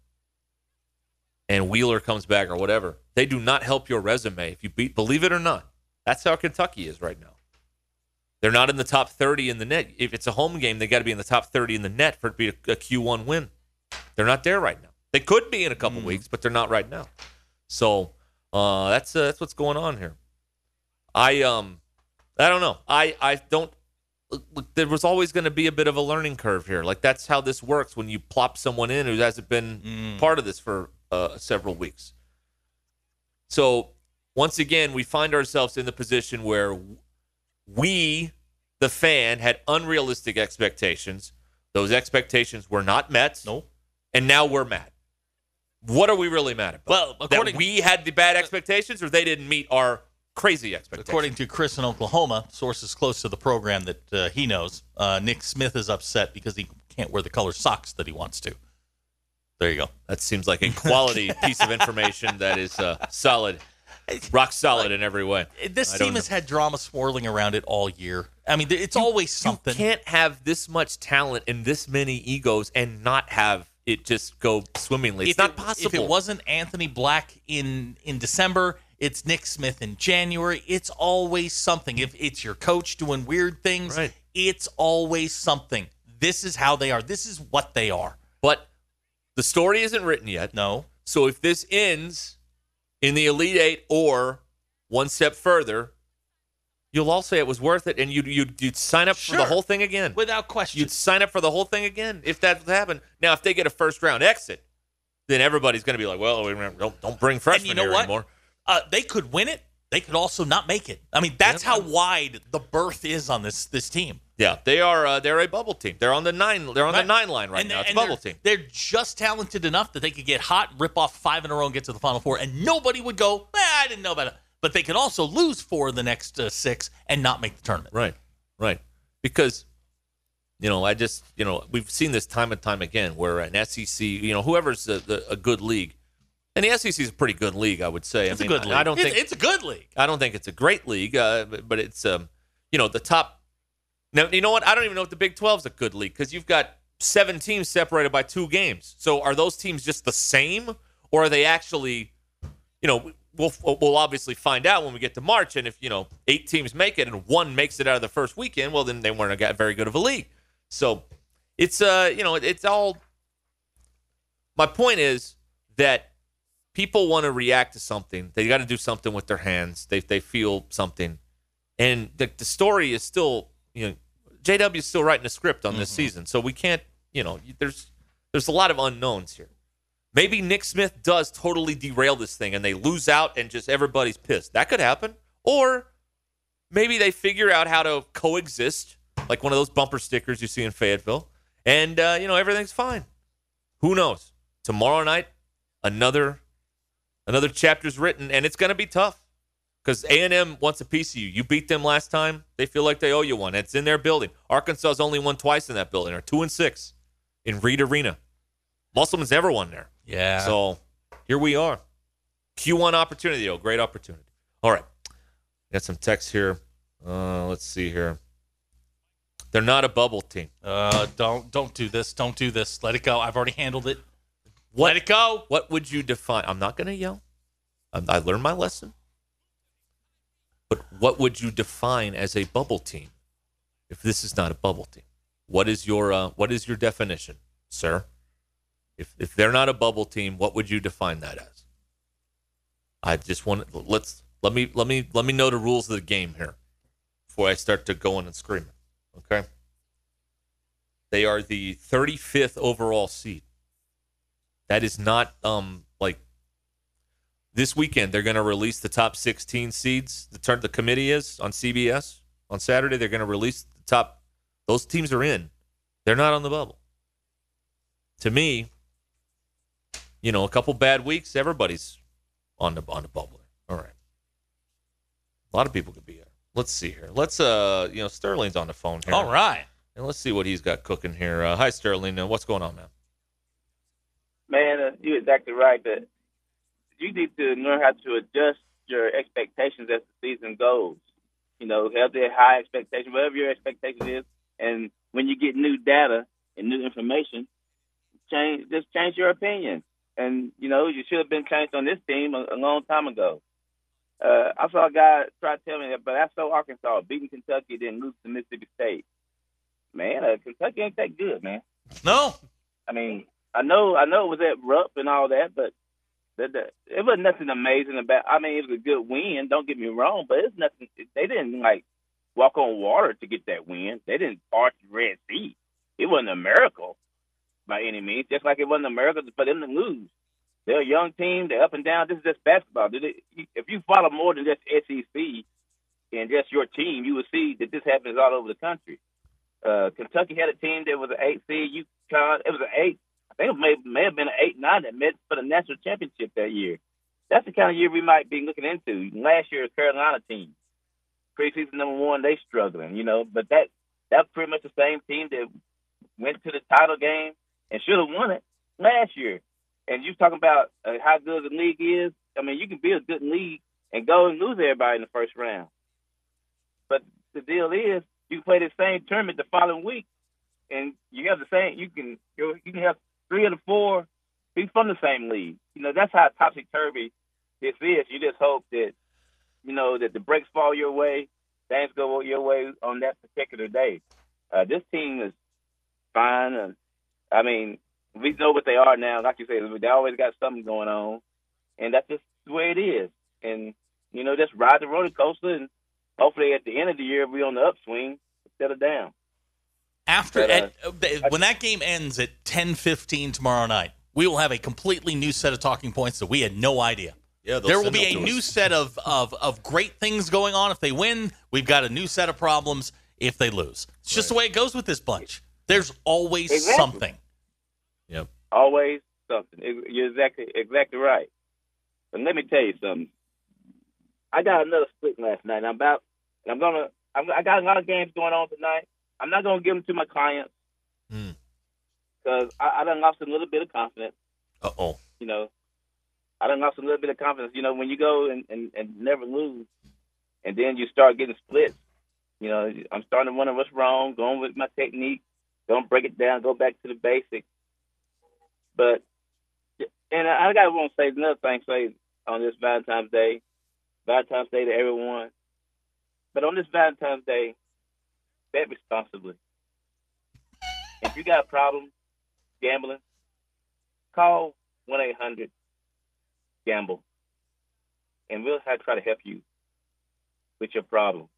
Speaker 1: and Wheeler comes back or whatever, they do not help your resume if you beat, believe it or not. That's how Kentucky is right now. They're not in the top 30 in the net. If it's a home game, they got to be in the top 30 in the net for it to be a a Q1 win. They're not there right now. They could be in a couple weeks, but they're not right now. So uh, that's uh, that's what's going on here. I um I don't know. I I don't. Look, look, there was always going to be a bit of a learning curve here. Like that's how this works when you plop someone in who hasn't been part of this for uh, several weeks. So once again, we find ourselves in the position where we, the fan, had unrealistic expectations. Those expectations were not met.
Speaker 2: No.
Speaker 1: And now we're mad. What are we really mad about?
Speaker 2: Well, according-
Speaker 1: that we had the bad expectations, or they didn't meet our crazy expectations.
Speaker 2: According to Chris in Oklahoma, sources close to the program that uh, he knows, uh, Nick Smith is upset because he can't wear the color socks that he wants to. There you go.
Speaker 1: That seems like a quality piece of information that is uh, solid, rock solid in every way.
Speaker 2: This
Speaker 1: I don't
Speaker 2: team has
Speaker 1: know.
Speaker 2: had drama swirling around it all year. I mean, th- it's always something.
Speaker 1: You can't have this much talent and this many egos and not have it just go swimmingly. It's
Speaker 2: If
Speaker 1: not
Speaker 2: it-
Speaker 1: possible.
Speaker 2: If it wasn't Anthony Black in in December, it's Nick Smith in January. It's always something. If it's your coach doing weird things,
Speaker 1: Right.
Speaker 2: it's always something. This is how they are. This is what they are.
Speaker 1: but the story isn't written yet.
Speaker 2: No.
Speaker 1: So if this ends in the Elite Eight or one step further, you'll all say it was worth it, and you'd you'd, you'd sign up for
Speaker 2: Sure.
Speaker 1: the whole thing again.
Speaker 2: Without question.
Speaker 1: You'd sign up for the whole thing again if that happened. Now, if they get a first round exit, then everybody's going to be like, "Well, we remember- don't don't bring
Speaker 2: and
Speaker 1: freshmen
Speaker 2: you know
Speaker 1: here
Speaker 2: what?
Speaker 1: anymore."
Speaker 2: Uh, they could win it. They could also not make it. I mean, that's
Speaker 1: Yeah.
Speaker 2: how wide the berth is on this this team.
Speaker 1: Yeah, they are. Uh, they're a bubble team. They're on the nine. They're on
Speaker 2: Right.
Speaker 1: the nine line right
Speaker 2: And they-
Speaker 1: now. It's a
Speaker 2: and
Speaker 1: bubble
Speaker 2: they're-
Speaker 1: team.
Speaker 2: They're just talented enough that they could get hot, rip off five in a row, and get to the final four, and nobody would go. "Eh, I didn't know about it. But they could also lose four of the next uh, six and not make the tournament.
Speaker 1: Right, right. Because, you know, I just, you know, we've seen this time and time again where an SEC, you know, whoever's the, the, a good league, and the SEC is a pretty good league, I would say.
Speaker 2: It's
Speaker 1: I mean,
Speaker 2: a good
Speaker 1: I-
Speaker 2: league.
Speaker 1: I don't
Speaker 2: It's-
Speaker 1: think
Speaker 2: it's a good league.
Speaker 1: I don't think it's a great league, uh, but, but it's um, you know, the top. Now you know what? I don't even know if the Big 12's a good league because you've got seven teams separated by two games. So are those teams just the same, or are they actually, you know, we'll we'll obviously find out when we get to March. And if you know eight teams make it and one makes it out of the first weekend, well then they weren't a g- very good of a league. So it's uh, you know, it's all. My point is that people want to react to something. They got to do something with their hands. They they feel something, and the the story is still you know JW is still writing a script on this season, so we can't you know there's there's a lot of unknowns here. Maybe Nick Smith does totally derail this thing and they lose out and just everybody's pissed. That could happen. Or maybe they figure out how to coexist, like one of those bumper stickers you see in Fayetteville, and uh, you know everything's fine. Who knows? Tomorrow night, another another chapter's written, and it's going to be tough because A and M wants a piece of you. You beat them last time; they feel like they owe you one. It's in their building. Arkansas's only won twice in that building, or two and six in Reed Arena. Musselman's never won there.
Speaker 2: Yeah. So
Speaker 1: So here we are. Q1 opportunity, though. Great opportunity. All right. Got some text here. Uh, let's see here. They're not a bubble team.
Speaker 2: Uh, don't don't do this. Don't do this. Let it go. I've already handled it.
Speaker 1: What, Let it go. What would you define? I'm not going to yell. i I learned my lesson. But what would you define as a bubble team? If this is not a bubble team, what is your uh, what is your definition, sir? If if they're not a bubble team, what would you define that as? I just want let's let me let me let me know the rules of the game here before I start to going and screaming. Okay. They are the 35th overall seed. That is not um like this weekend they're going to release the top 16 seeds. The turn the committee is on CBS on Saturday they're going to release the top those teams are in. They're not on the bubble. To me, you know, a couple bad weeks everybody's on the on the bubble. All right. A lot of people could be here. Let's see here. Let's uh, you know, Sterling's on the phone here.
Speaker 2: All right.
Speaker 1: And let's see what he's got cooking here. Uh, hi Sterling, uh, what's going on, man?
Speaker 6: Man, uh, you're exactly right. That you need to learn how to adjust your expectations as the season goes. You know, healthy, high expectation, whatever your expectation is, and when you get new data and new information, change just change your opinion. And you know, you should have been changed on this team a, a long time ago. Uh, I saw a guy try to tell me that, but I saw Arkansas beating Kentucky, then lose to Mississippi State. Man, uh, Kentucky ain't that good, man.
Speaker 2: No.
Speaker 6: I mean, I know, I know it was at Rupp and all that, but that, that, it was nothing amazing about. I mean, it was a good win. Don't get me wrong, but it's nothing. They didn't like walk on water to get that win. They didn't part the Red Sea. It wasn't a miracle by any means. Just like it wasn't a miracle for them to lose. They're a young team. They're up and down. This is just basketball. Did it- If you follow more than just SEC and just your team, you will see that this happens all over the country. Uh, Kentucky had a team that was an eight seed. UConn, it was an eight I think it may, may have been an eight nine that met for the national championship that year. That's the kind of year we might be looking into. Last year's Carolina team, preseason number one, they struggling, you know. But that that's pretty much the same team that went to the title game and should have won it last year. And you talking about uh, how good the league is? I mean, you can be a good league and go and lose everybody in the first round. But the deal is, you can play the same tournament the following week, and you have the same. You can you you can have three of the four be from the same league. You know, that's how topsy turvy this is. You just hope that, you know, that the breaks fall your way, things go your way on that particular day. Uh, this team is fine. Uh, I mean, we know what they are now. Like you say, they always got something going on, and that's just the way it is. And you know, just ride the roller coaster, and hopefully, at the end of the year, we on the upswing instead of down.
Speaker 2: After
Speaker 6: But, uh,
Speaker 2: at- uh, th- when that game ends at ten fifteen tomorrow night, we will have a completely new set of talking points that we had no idea.
Speaker 1: Yeah,
Speaker 2: there will be a new set of, of of great things going on. If they win, we've got a new set of problems. If they lose, it's just the way it goes with this bunch. There's always
Speaker 6: Exactly.
Speaker 2: something.
Speaker 6: always something. It- You're exactly exactly right. But let me tell you something. I got another split last night. And I'm about, and I'm gonna. I'm, I got a lot of games going on tonight. I'm not gonna give them to my clients
Speaker 1: Hmm.
Speaker 6: because I, I done lost a little bit of confidence.
Speaker 1: Uh oh.
Speaker 6: You know, I done lost a little bit of confidence. You know, when you go and, and, and never lose, and then you start getting splits. You know, I'm starting to wonder what's wrong. Going with my technique, don't break it down. Go back to the basics. But and I I gotta want to say another thing. Say on this Valentine's Day, Valentine's Day to everyone. But on this Valentine's Day, bet responsibly. if you got a problem gambling, call one eight hundred gamble, and we'll have, try to help you with your problem.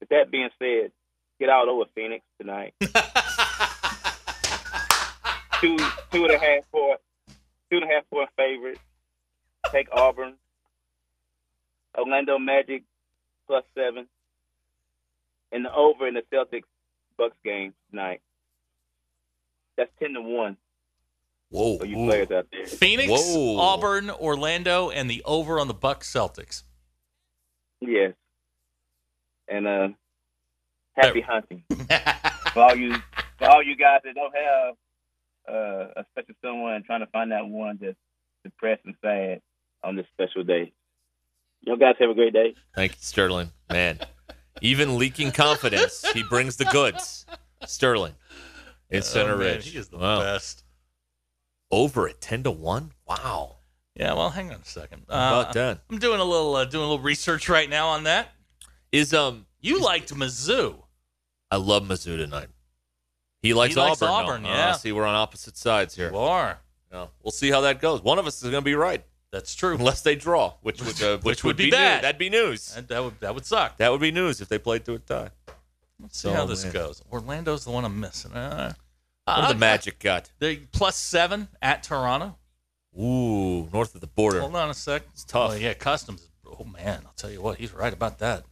Speaker 6: With that being said, get all over Phoenix tonight. two two and a half for two and a half for favorite. Take Auburn. Orlando Magic plus seven. And the over in the Celtics Bucks game tonight. That's ten to one
Speaker 1: Whoa.
Speaker 6: for you players out there.
Speaker 2: Phoenix,
Speaker 1: Whoa.
Speaker 2: Auburn, Orlando, and the over on the Bucks Celtics.
Speaker 6: Yes. And uh happy hunting. for all you for all you guys that don't have uh a special someone trying to find that one that's depressed and sad on this special day. Y'all guys have a great day.
Speaker 1: Thank you, Sterling. Man, Even leaking confidence, he brings the goods. Sterling in center
Speaker 2: Oh, man,
Speaker 1: ridge.
Speaker 2: He is the
Speaker 1: Wow.
Speaker 2: best.
Speaker 1: Over at ten to one. Wow.
Speaker 2: Yeah, well, hang on a second. Uh,
Speaker 1: How about that?
Speaker 2: I'm doing a little uh, doing a little research right now on that.
Speaker 1: Is um
Speaker 2: You liked Mizzou.
Speaker 1: I love Mizzou tonight. He likes
Speaker 2: He
Speaker 1: Auburn.
Speaker 2: likes
Speaker 1: though.
Speaker 2: Auburn,
Speaker 1: Ah,
Speaker 2: yeah.
Speaker 1: see, we're on opposite sides here.
Speaker 2: You are.
Speaker 1: Yeah. We'll see how that goes. One of us is going to be right,
Speaker 2: That's true.
Speaker 1: unless they draw, which would uh, which,
Speaker 2: Which
Speaker 1: would,
Speaker 2: would be
Speaker 1: new-
Speaker 2: bad.
Speaker 1: That'd be news.
Speaker 2: That, that would that would suck.
Speaker 1: That would be news if they played to a tie.
Speaker 2: Let's see how
Speaker 1: Oh,
Speaker 2: this
Speaker 1: man.
Speaker 2: goes. Orlando's the one I'm missing. Uh,
Speaker 1: What
Speaker 2: uh,
Speaker 1: the Magic got?
Speaker 2: They plus seven at Toronto.
Speaker 1: Ooh, north of the border.
Speaker 2: Hold on a sec. It's
Speaker 1: tough.
Speaker 2: yeah, customs. Oh man, I'll tell you what, he's right about that.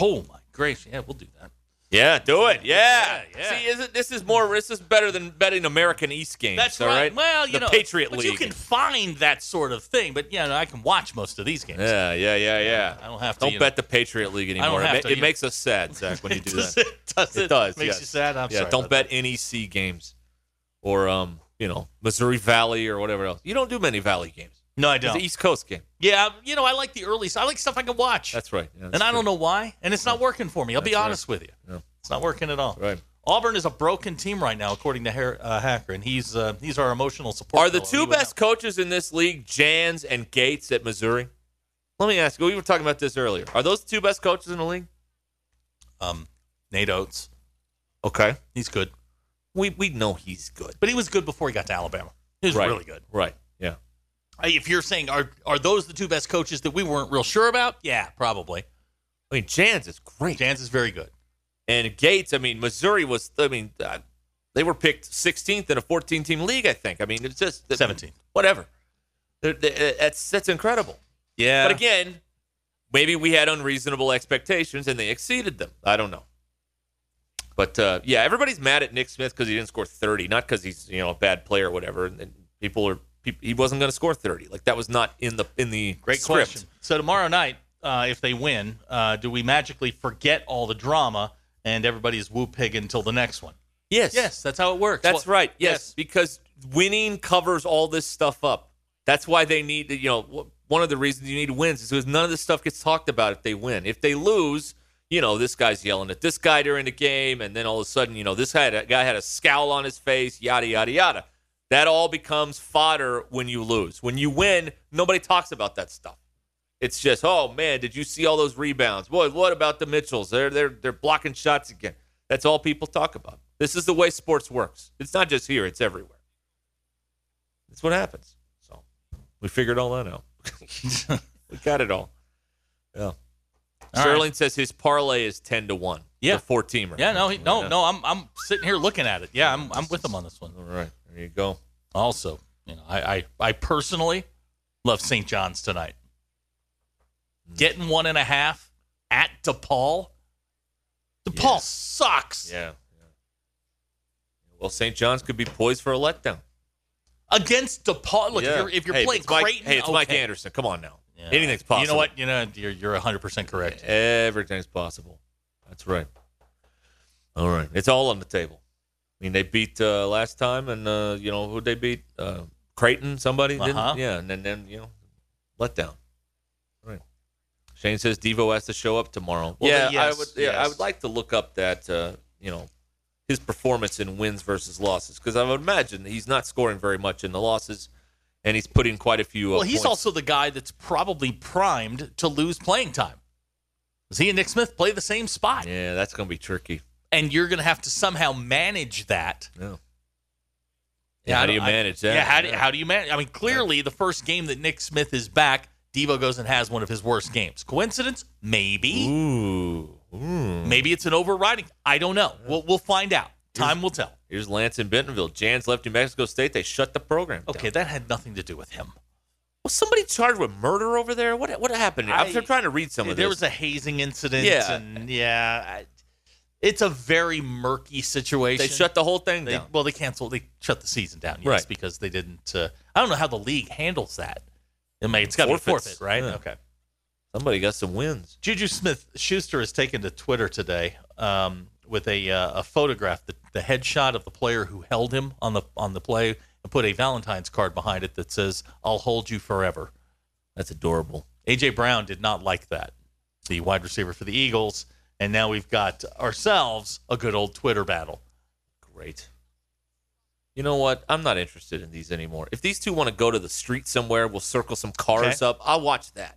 Speaker 2: Oh my gracious. Yeah, we'll do that.
Speaker 1: Yeah, do it. Yeah.
Speaker 2: Yeah, yeah.
Speaker 1: See, isn't this is more this is better than betting American East games.
Speaker 2: That's
Speaker 1: all
Speaker 2: right.
Speaker 1: right.
Speaker 2: Well, you
Speaker 1: the
Speaker 2: know,
Speaker 1: Patriot
Speaker 2: but
Speaker 1: League.
Speaker 2: you can find that sort of thing. But yeah, I can watch most of these games.
Speaker 1: yeah, yeah, yeah, yeah.
Speaker 2: I don't have to.
Speaker 1: Don't
Speaker 2: you know-
Speaker 1: bet the Patriot League
Speaker 2: don't
Speaker 1: anymore. It
Speaker 2: have
Speaker 1: ma-
Speaker 2: to,
Speaker 1: it
Speaker 2: you know.
Speaker 1: makes us sad, Zach, when you do
Speaker 2: does
Speaker 1: that.
Speaker 2: It does
Speaker 1: It does.
Speaker 2: Makes
Speaker 1: yes.
Speaker 2: you sad. I'm
Speaker 1: yeah,
Speaker 2: sorry.
Speaker 1: don't
Speaker 2: about
Speaker 1: bet NEC games or um, you know, Missouri Valley or whatever else. You don't do many Valley games.
Speaker 2: that. No, I
Speaker 1: It's
Speaker 2: don't.
Speaker 1: an East Coast game.
Speaker 2: Yeah, you know, I like the early. I like stuff I can watch,
Speaker 1: That's right. Yeah, that's
Speaker 2: and I don't
Speaker 1: true.
Speaker 2: know why. And it's not working for me. I'll be
Speaker 1: That's right.
Speaker 2: honest with you.
Speaker 1: Yeah.
Speaker 2: It's not working at all.
Speaker 1: Right.
Speaker 2: Auburn is a broken team right now, according to Har- uh, Hacker, and he's uh, he's our emotional support.
Speaker 1: Are the
Speaker 2: fellow. He
Speaker 1: two
Speaker 2: would know.
Speaker 1: best coaches in this league Jans and Gates at Missouri? Let me ask you. We were talking about this earlier. Are those the two best coaches in the league?
Speaker 2: Um, Nate Oates,
Speaker 1: Okay.
Speaker 2: he's good,
Speaker 1: We we know he's good.
Speaker 2: but he was good before he got to Alabama. He was
Speaker 1: Right.
Speaker 2: really good.
Speaker 1: Right. Yeah.
Speaker 2: Uh, If you're saying are are those the two best coaches that we weren't real sure about? Yeah, probably.
Speaker 1: I mean, Jans is great.
Speaker 2: Jans is very good.
Speaker 1: And Gates, I mean, Missouri was, I mean, uh, they were picked 16th in a 14 team league, I think. I mean, it's just
Speaker 2: 17.
Speaker 1: Whatever. They're- they- uh, That's, that's incredible.
Speaker 2: Yeah,
Speaker 1: But again, maybe we had unreasonable expectations and they exceeded them. I don't know. But uh, yeah, everybody's mad at Nick Smith because he didn't score 30, not because he's you know a bad player or whatever. And, and people are peop he wasn't going to score 30. Like that was not in the in the
Speaker 2: Great
Speaker 1: script.
Speaker 2: question. So tomorrow night, uh, if they win, uh, do we magically forget all the drama and everybody's woo pig until the next one?
Speaker 1: Yes,
Speaker 2: Yes, that's how it works.
Speaker 1: That's
Speaker 2: Well,
Speaker 1: right. Yes, because winning covers all this stuff up. That's why they need to, you know, w- one of the reasons you need wins is because none of this stuff gets talked about if they win. If they lose, you know, this guy's yelling at this guy during the game, and then all of a sudden, you know, this guy had a, guy had a scowl on his face, yada yada yada. That all becomes fodder when you lose. When you win, nobody talks about that stuff. It's just, oh man, did you see all those rebounds? Boy, what about the Mitchells? They're they're they're blocking shots again. That's all people talk about. This is the way sports works. It's not just here; it's everywhere. That's what happens. So we figured all that out. we got it all. Yeah.
Speaker 2: right.
Speaker 1: Sterling says his parlay is ten to one.
Speaker 2: Yeah.
Speaker 1: the four teamer.
Speaker 2: Yeah, no, he, no, no. I'm I'm sitting here looking at it. Yeah, I'm I'm with him on this one.
Speaker 1: All right, there you go.
Speaker 2: Also, you know, I I, I personally love St. John's tonight.
Speaker 1: Mm.
Speaker 2: Getting one and a half at DePaul. DePaul
Speaker 1: Yeah.
Speaker 2: sucks
Speaker 1: Yeah. yeah. Well, St. John's could be poised for a letdown.
Speaker 2: against DePaul. Look,
Speaker 1: Yeah.
Speaker 2: if you're, if you're
Speaker 1: Hey, if
Speaker 2: playing
Speaker 1: it's Mike,
Speaker 2: Creighton,
Speaker 1: hey, it's Mike
Speaker 2: okay.
Speaker 1: Anderson. Come on now.
Speaker 2: Yeah.
Speaker 1: Anything's possible.
Speaker 2: You know what? You know you're you're 100 percent correct.
Speaker 1: Everything's possible. That's right. All right. It's all on the table. I mean, they beat uh, last time, and, uh, you know, who'd they beat? Uh, Creighton, somebody? didn't-
Speaker 2: Uh-huh.
Speaker 1: Yeah, and then, then, you know, let down. All right. Shane says Devo has to show up tomorrow.
Speaker 2: Well,
Speaker 1: yeah,
Speaker 2: then,
Speaker 1: I
Speaker 2: yes,
Speaker 1: would. Yeah, I
Speaker 2: yes.
Speaker 1: would like to look up that, uh, you know, his performance in wins versus losses because I would imagine he's not scoring very much in the losses, and he's putting quite a few. Uh,
Speaker 2: Well, he's
Speaker 1: points.
Speaker 2: also the guy that's probably primed to lose playing time. 'Cause he and Nick Smith play the same spot,
Speaker 1: Yeah, that's going to be tricky.
Speaker 2: and you're going to have to somehow manage that.
Speaker 1: Yeah.
Speaker 2: I
Speaker 1: Yeah, how do
Speaker 2: don't-
Speaker 1: you
Speaker 2: I-
Speaker 1: manage that?
Speaker 2: Yeah, how do, how do you manage? I mean, clearly the first game that Nick Smith is back, Devo goes and has one of his worst games. Coincidence? Maybe.
Speaker 1: Ooh. Ooh.
Speaker 2: Maybe it's an overriding. I don't know. We'll, we'll find out. Time will tell.
Speaker 1: Here's Lance in Bentonville. Jans left New Mexico State. They shut the program. down.
Speaker 2: Okay, that had nothing to do with him.
Speaker 1: Was somebody charged with murder over there? What what happened? I, am
Speaker 2: I-
Speaker 1: trying to read some of
Speaker 2: there
Speaker 1: this.
Speaker 2: was a hazing incident.
Speaker 1: Yeah.
Speaker 2: and yeah, I- it's a very murky situation.
Speaker 1: they shut the whole thing
Speaker 2: They,
Speaker 1: down.
Speaker 2: Well, they canceled. They shut the season down. Yes,
Speaker 1: Right.
Speaker 2: because they didn't. Uh, I don't know how the league handles that. I mean, it's got to be
Speaker 1: Forfeits.
Speaker 2: forfeit, right?
Speaker 1: Yeah.
Speaker 2: Okay.
Speaker 1: Somebody got some wins.
Speaker 2: Juju Smith Schuster has taken to Twitter today um, with a uh, a photograph, the, the headshot of the player who held him on the on the play, and put a Valentine's card behind it that says "I'll hold you forever."
Speaker 1: That's adorable.
Speaker 2: AJ Brown did not like that. The wide receiver for the Eagles And now we've got ourselves a good old Twitter battle.
Speaker 1: Great. You know what? I'm not interested in these anymore. If these two want to go to the street somewhere, we'll circle some cars
Speaker 2: Okay.
Speaker 1: up. I'll watch that.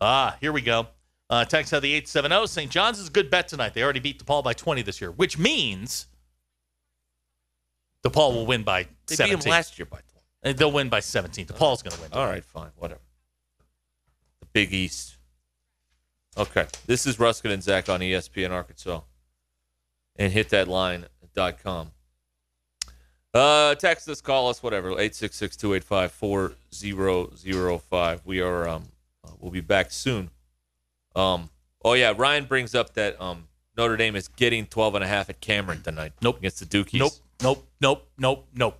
Speaker 2: Ah, here we go. Uh, text out of the 870. St. John's is a good bet tonight. They already beat DePaul by 20 this year, which means DePaul will win by
Speaker 1: They beat
Speaker 2: 17.
Speaker 1: 'em last year by 20.
Speaker 2: Uh, They'll win by 17. DePaul's going to win.
Speaker 1: All right, fine, whatever. The Big East. Okay, this is Ruskin and Zach on E ESPN Arkansas, and hit that line.com. Uh, text us, call us, whatever. 866-285-4005. We are um, uh, we'll be back soon. Um, oh yeah, Ryan brings up that um Notre Dame is getting 12 and a half at Cameron tonight.
Speaker 2: Nope.
Speaker 1: against the Dukies.
Speaker 2: Nope, nope, nope, nope, nope.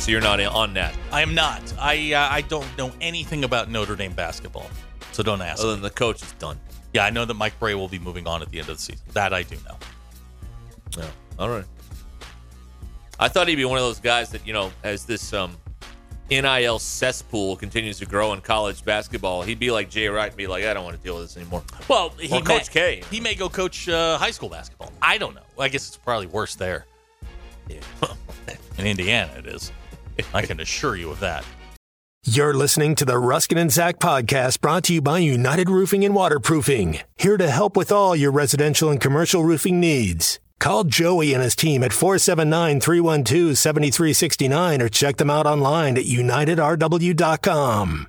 Speaker 1: So you're not in- on that,
Speaker 2: I am not. I uh, I don't know anything about Notre Dame basketball, so don't ask.
Speaker 1: other than the coach is done.
Speaker 2: yeah, I know that Mike Bray will be moving on at the end of the season. That I do know.
Speaker 1: Yeah. All right. I thought he'd be one of those guys that you know, as this um, NIL cesspool continues to grow in college basketball, he'd be like Jay Wright and be like, I don't want to deal with this anymore.
Speaker 2: Well, he
Speaker 1: Or Coach
Speaker 2: may,
Speaker 1: K.
Speaker 2: He may go coach uh, high school basketball. I don't know. I guess it's probably worse there. In Indiana, it is. I can assure you of that.
Speaker 7: You're listening to the Ruskin and Zach podcast brought to you by United Roofing and Waterproofing, here to help with all your residential and commercial roofing needs. Call Joey and his team at 479 312 7369 or check them out online at unitedrw.com.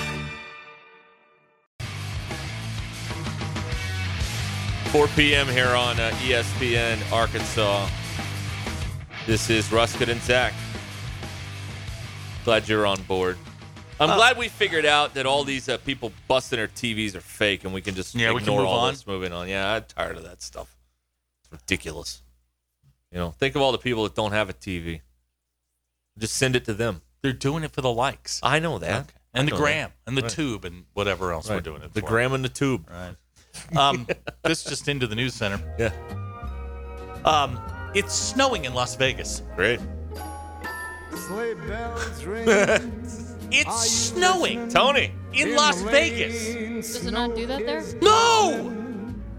Speaker 1: At 4 p.m. here on uh, ESPN Arkansas. This is Ruskin and Zach. Glad you're on board. I'm
Speaker 2: Uh,
Speaker 1: glad we figured out that all these uh, people busting their TVs are fake, and we can just
Speaker 2: Yeah,
Speaker 1: ignore
Speaker 2: we can move
Speaker 1: all
Speaker 2: on.
Speaker 1: this. Moving on. Yeah, I'm tired of that stuff. It's ridiculous. You know, think of all the people that don't have a TV. Just send it to them.
Speaker 2: They're doing it for the likes
Speaker 1: I know that.
Speaker 2: and
Speaker 1: I
Speaker 2: the
Speaker 1: know that.
Speaker 2: gram and the
Speaker 1: Right.
Speaker 2: tube and whatever else we're
Speaker 1: Right.
Speaker 2: doing it
Speaker 1: The
Speaker 2: for.
Speaker 1: gram and the tube.
Speaker 2: Right. Um, this just into the news center.
Speaker 1: Yeah.
Speaker 2: Um, it's snowing in Las Vegas.
Speaker 1: Great.
Speaker 2: It's snowing
Speaker 1: Tony.
Speaker 2: in Las Vegas.
Speaker 3: Does it not do that there?
Speaker 2: No!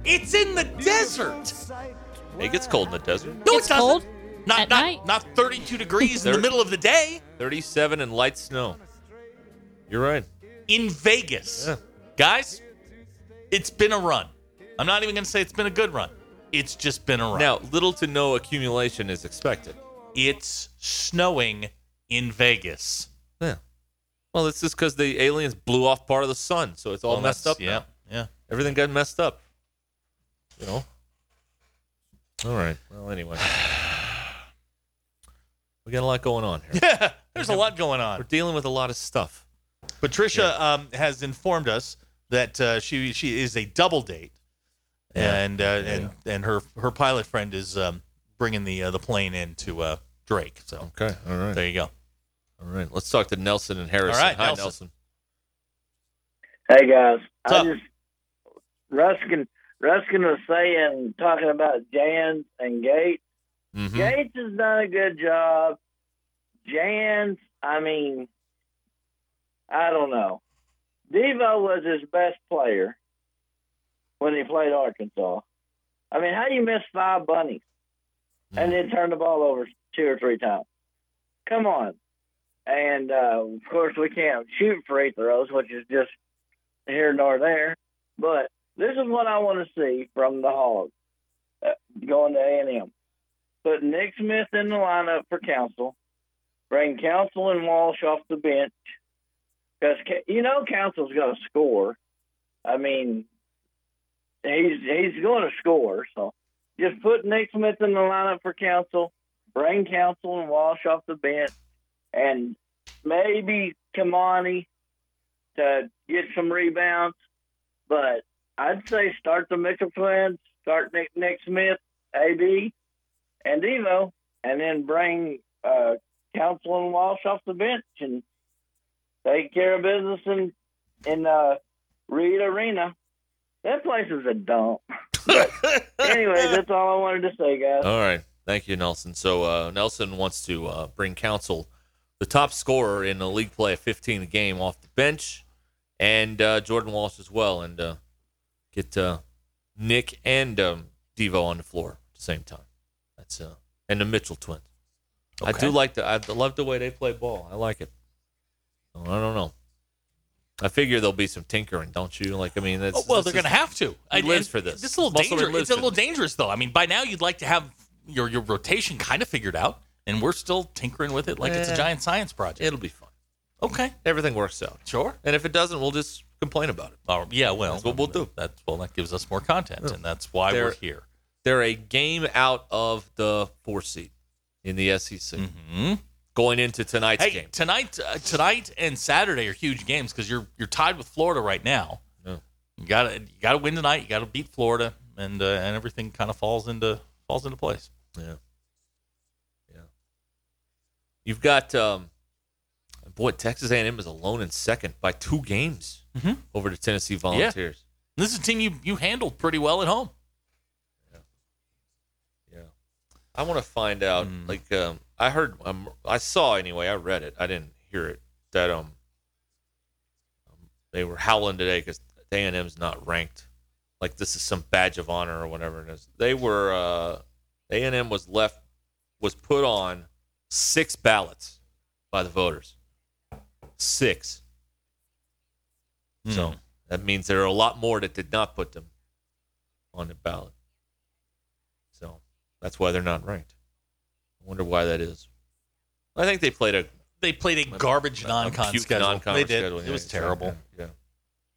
Speaker 2: It's in the desert.
Speaker 1: It gets cold in the desert.
Speaker 2: No,
Speaker 3: It's
Speaker 2: it doesn't.
Speaker 3: cold
Speaker 2: Not
Speaker 3: at
Speaker 2: not
Speaker 3: night.
Speaker 2: not 32 degrees in the
Speaker 1: Thirty-
Speaker 2: middle of the day
Speaker 1: 37 and light snow. You're right.
Speaker 2: in Vegas.
Speaker 1: Yeah.
Speaker 2: Guys, it's been a run. I'm not even going to say it's been a good run. It's just been a run.
Speaker 1: Now, little to no accumulation is expected.
Speaker 2: it's snowing in Vegas.
Speaker 1: Yeah. Well, it's just because the aliens blew off part of the sun, so it's all
Speaker 2: Well,
Speaker 1: messed
Speaker 2: that's-
Speaker 1: up.
Speaker 2: Yeah.
Speaker 1: now.
Speaker 2: Yeah.
Speaker 1: Everything got messed up. You know? All right. Well, anyway. We got a lot going on here.
Speaker 2: Yeah. There's a lot going on.
Speaker 1: We're dealing with a lot of stuff.
Speaker 2: Patricia um, has informed us that uh, she she is a double date,
Speaker 1: Yeah.
Speaker 2: and uh, and and her her pilot friend is um, bringing the uh, the plane in to uh, Drake. So
Speaker 1: Okay. All right.
Speaker 2: there you go.
Speaker 1: All right. Let's talk to Nelson and Harrison.
Speaker 2: All right,
Speaker 1: Hi,
Speaker 2: Nelson.
Speaker 1: Nelson.
Speaker 8: Hey guys,
Speaker 2: What's
Speaker 8: I
Speaker 2: up?
Speaker 8: just Ruskin Ruskin was saying talking about Jans and Gates.
Speaker 1: Mhm.
Speaker 8: Gates has done a good job. Jans, I mean, I don't know. Devo was his best player when he played Arkansas. I mean, how do you miss five bunnies and then turn the ball over two or three times? Come on. And uh, of course, we can't shoot free throws, which is just here nor there. But this is what I want to see from the Hogs uh, going to A&M. Put Nick Smith in the lineup for Council. Bring Council and Walsh off the bench because you know Council's going to score. I mean, he's he's going to score. So just put Nick Smith in the lineup for Council. Bring Council and Walsh off the bench, and maybe Kamani to get some rebounds. But I'd say start the Mitchell twins, start Nick, Nick Smith, AB, and Evo, and then bring uh, Council and Walsh off the bench and take care of business in in uh, Reed Arena. That place is a dump. anyway, that's all I wanted to say, guys.
Speaker 1: All right. Thank you, Nelson. So uh, Nelson wants to uh, bring counsel, the top scorer in the league play at 15 a game off the bench, and uh, Jordan Walsh as well, and uh, get uh, Nick and um, Devo on the floor at the same time. That's uh, and the Mitchell twins. I
Speaker 2: Okay.
Speaker 1: do like the I love the way they play ball. I like it. I don't know. I figure there'll be some tinkering, don't you? Like I mean, that's
Speaker 2: Oh, well,
Speaker 1: this
Speaker 2: they're going to
Speaker 1: is-
Speaker 2: have to.
Speaker 1: He
Speaker 2: And-
Speaker 1: lives
Speaker 2: and
Speaker 1: for this.
Speaker 2: It's a little
Speaker 1: Musselman
Speaker 2: dangerous.
Speaker 1: lives
Speaker 2: It's a
Speaker 1: for
Speaker 2: little
Speaker 1: this.
Speaker 2: dangerous, though. I mean, by now you'd like to have your your rotation kind of figured out, and we're still tinkering with it like it's a
Speaker 1: Yeah.
Speaker 2: giant science project.
Speaker 1: It'll be fun.
Speaker 2: Okay,
Speaker 1: Everything works out,
Speaker 2: sure.
Speaker 1: and if it doesn't, we'll just complain about it.
Speaker 2: Oh, yeah, well,
Speaker 1: That's what we'll do. Oh.
Speaker 2: That's well, that gives us more content, and that's why
Speaker 1: There-
Speaker 2: we're here.
Speaker 1: They're a game out of the four seed in the SEC
Speaker 2: Mm-hmm.
Speaker 1: going into tonight's
Speaker 2: Hey,
Speaker 1: game.
Speaker 2: tonight, uh, tonight and Saturday are huge games because you're you're tied with Florida right now.
Speaker 1: Yeah.
Speaker 2: You got to you got to win tonight. You got to beat Florida, and uh, and everything kind of falls into falls into place.
Speaker 1: Yeah. Yeah. You've got um boy, Texas A&M is alone in second by two games
Speaker 2: Mhm.
Speaker 1: over the Tennessee Volunteers.
Speaker 2: This is a team you you handled pretty well at home.
Speaker 1: Yeah. I want to find out
Speaker 2: Mm.
Speaker 1: like um I heard um, I saw anyway, I read it. I didn't hear it that um, um, they were howling today cuz A&M's not ranked. Like this is some badge of honor or whatever it is. They were uh A&M was left was put on six ballots by the voters. Six. So that means there are a lot more that did not put them on the ballot. So that's why they're not ranked. I wonder why that is. I think they played a
Speaker 2: They played a garbage
Speaker 1: a
Speaker 2: non-con
Speaker 1: puke
Speaker 2: schedule.
Speaker 1: non-con
Speaker 2: they did.
Speaker 1: schedule.
Speaker 2: It
Speaker 1: Yeah,
Speaker 2: was
Speaker 1: exactly.
Speaker 2: terrible.
Speaker 1: Yeah.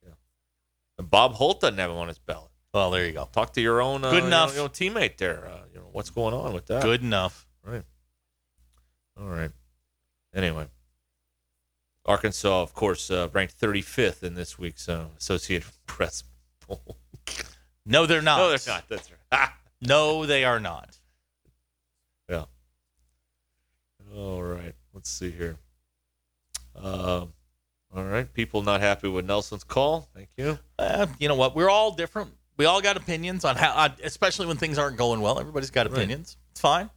Speaker 1: yeah. And Bob Holt doesn't have him on his ballot.
Speaker 2: Well, there you go.
Speaker 1: Talk to your own uh,
Speaker 2: Good
Speaker 1: you know,
Speaker 2: enough.
Speaker 1: your own teammate there. Uh, you know what's going on with that?
Speaker 2: Good enough.
Speaker 1: All right. Anyway, Arkansas, of course, uh, ranked 35th in this week's uh, Associated Press poll.
Speaker 2: No, they're not.
Speaker 1: No, they're not. That's right. Ah.
Speaker 2: No, they are not.
Speaker 1: Yeah. All right. Let's see here. Um, all right. People not happy with Nelson's call. Thank you.
Speaker 2: Uh, you know what? We're all different. We all got opinions on how, on, especially when things aren't going well. Everybody's got
Speaker 1: Right.
Speaker 2: opinions. It's fine.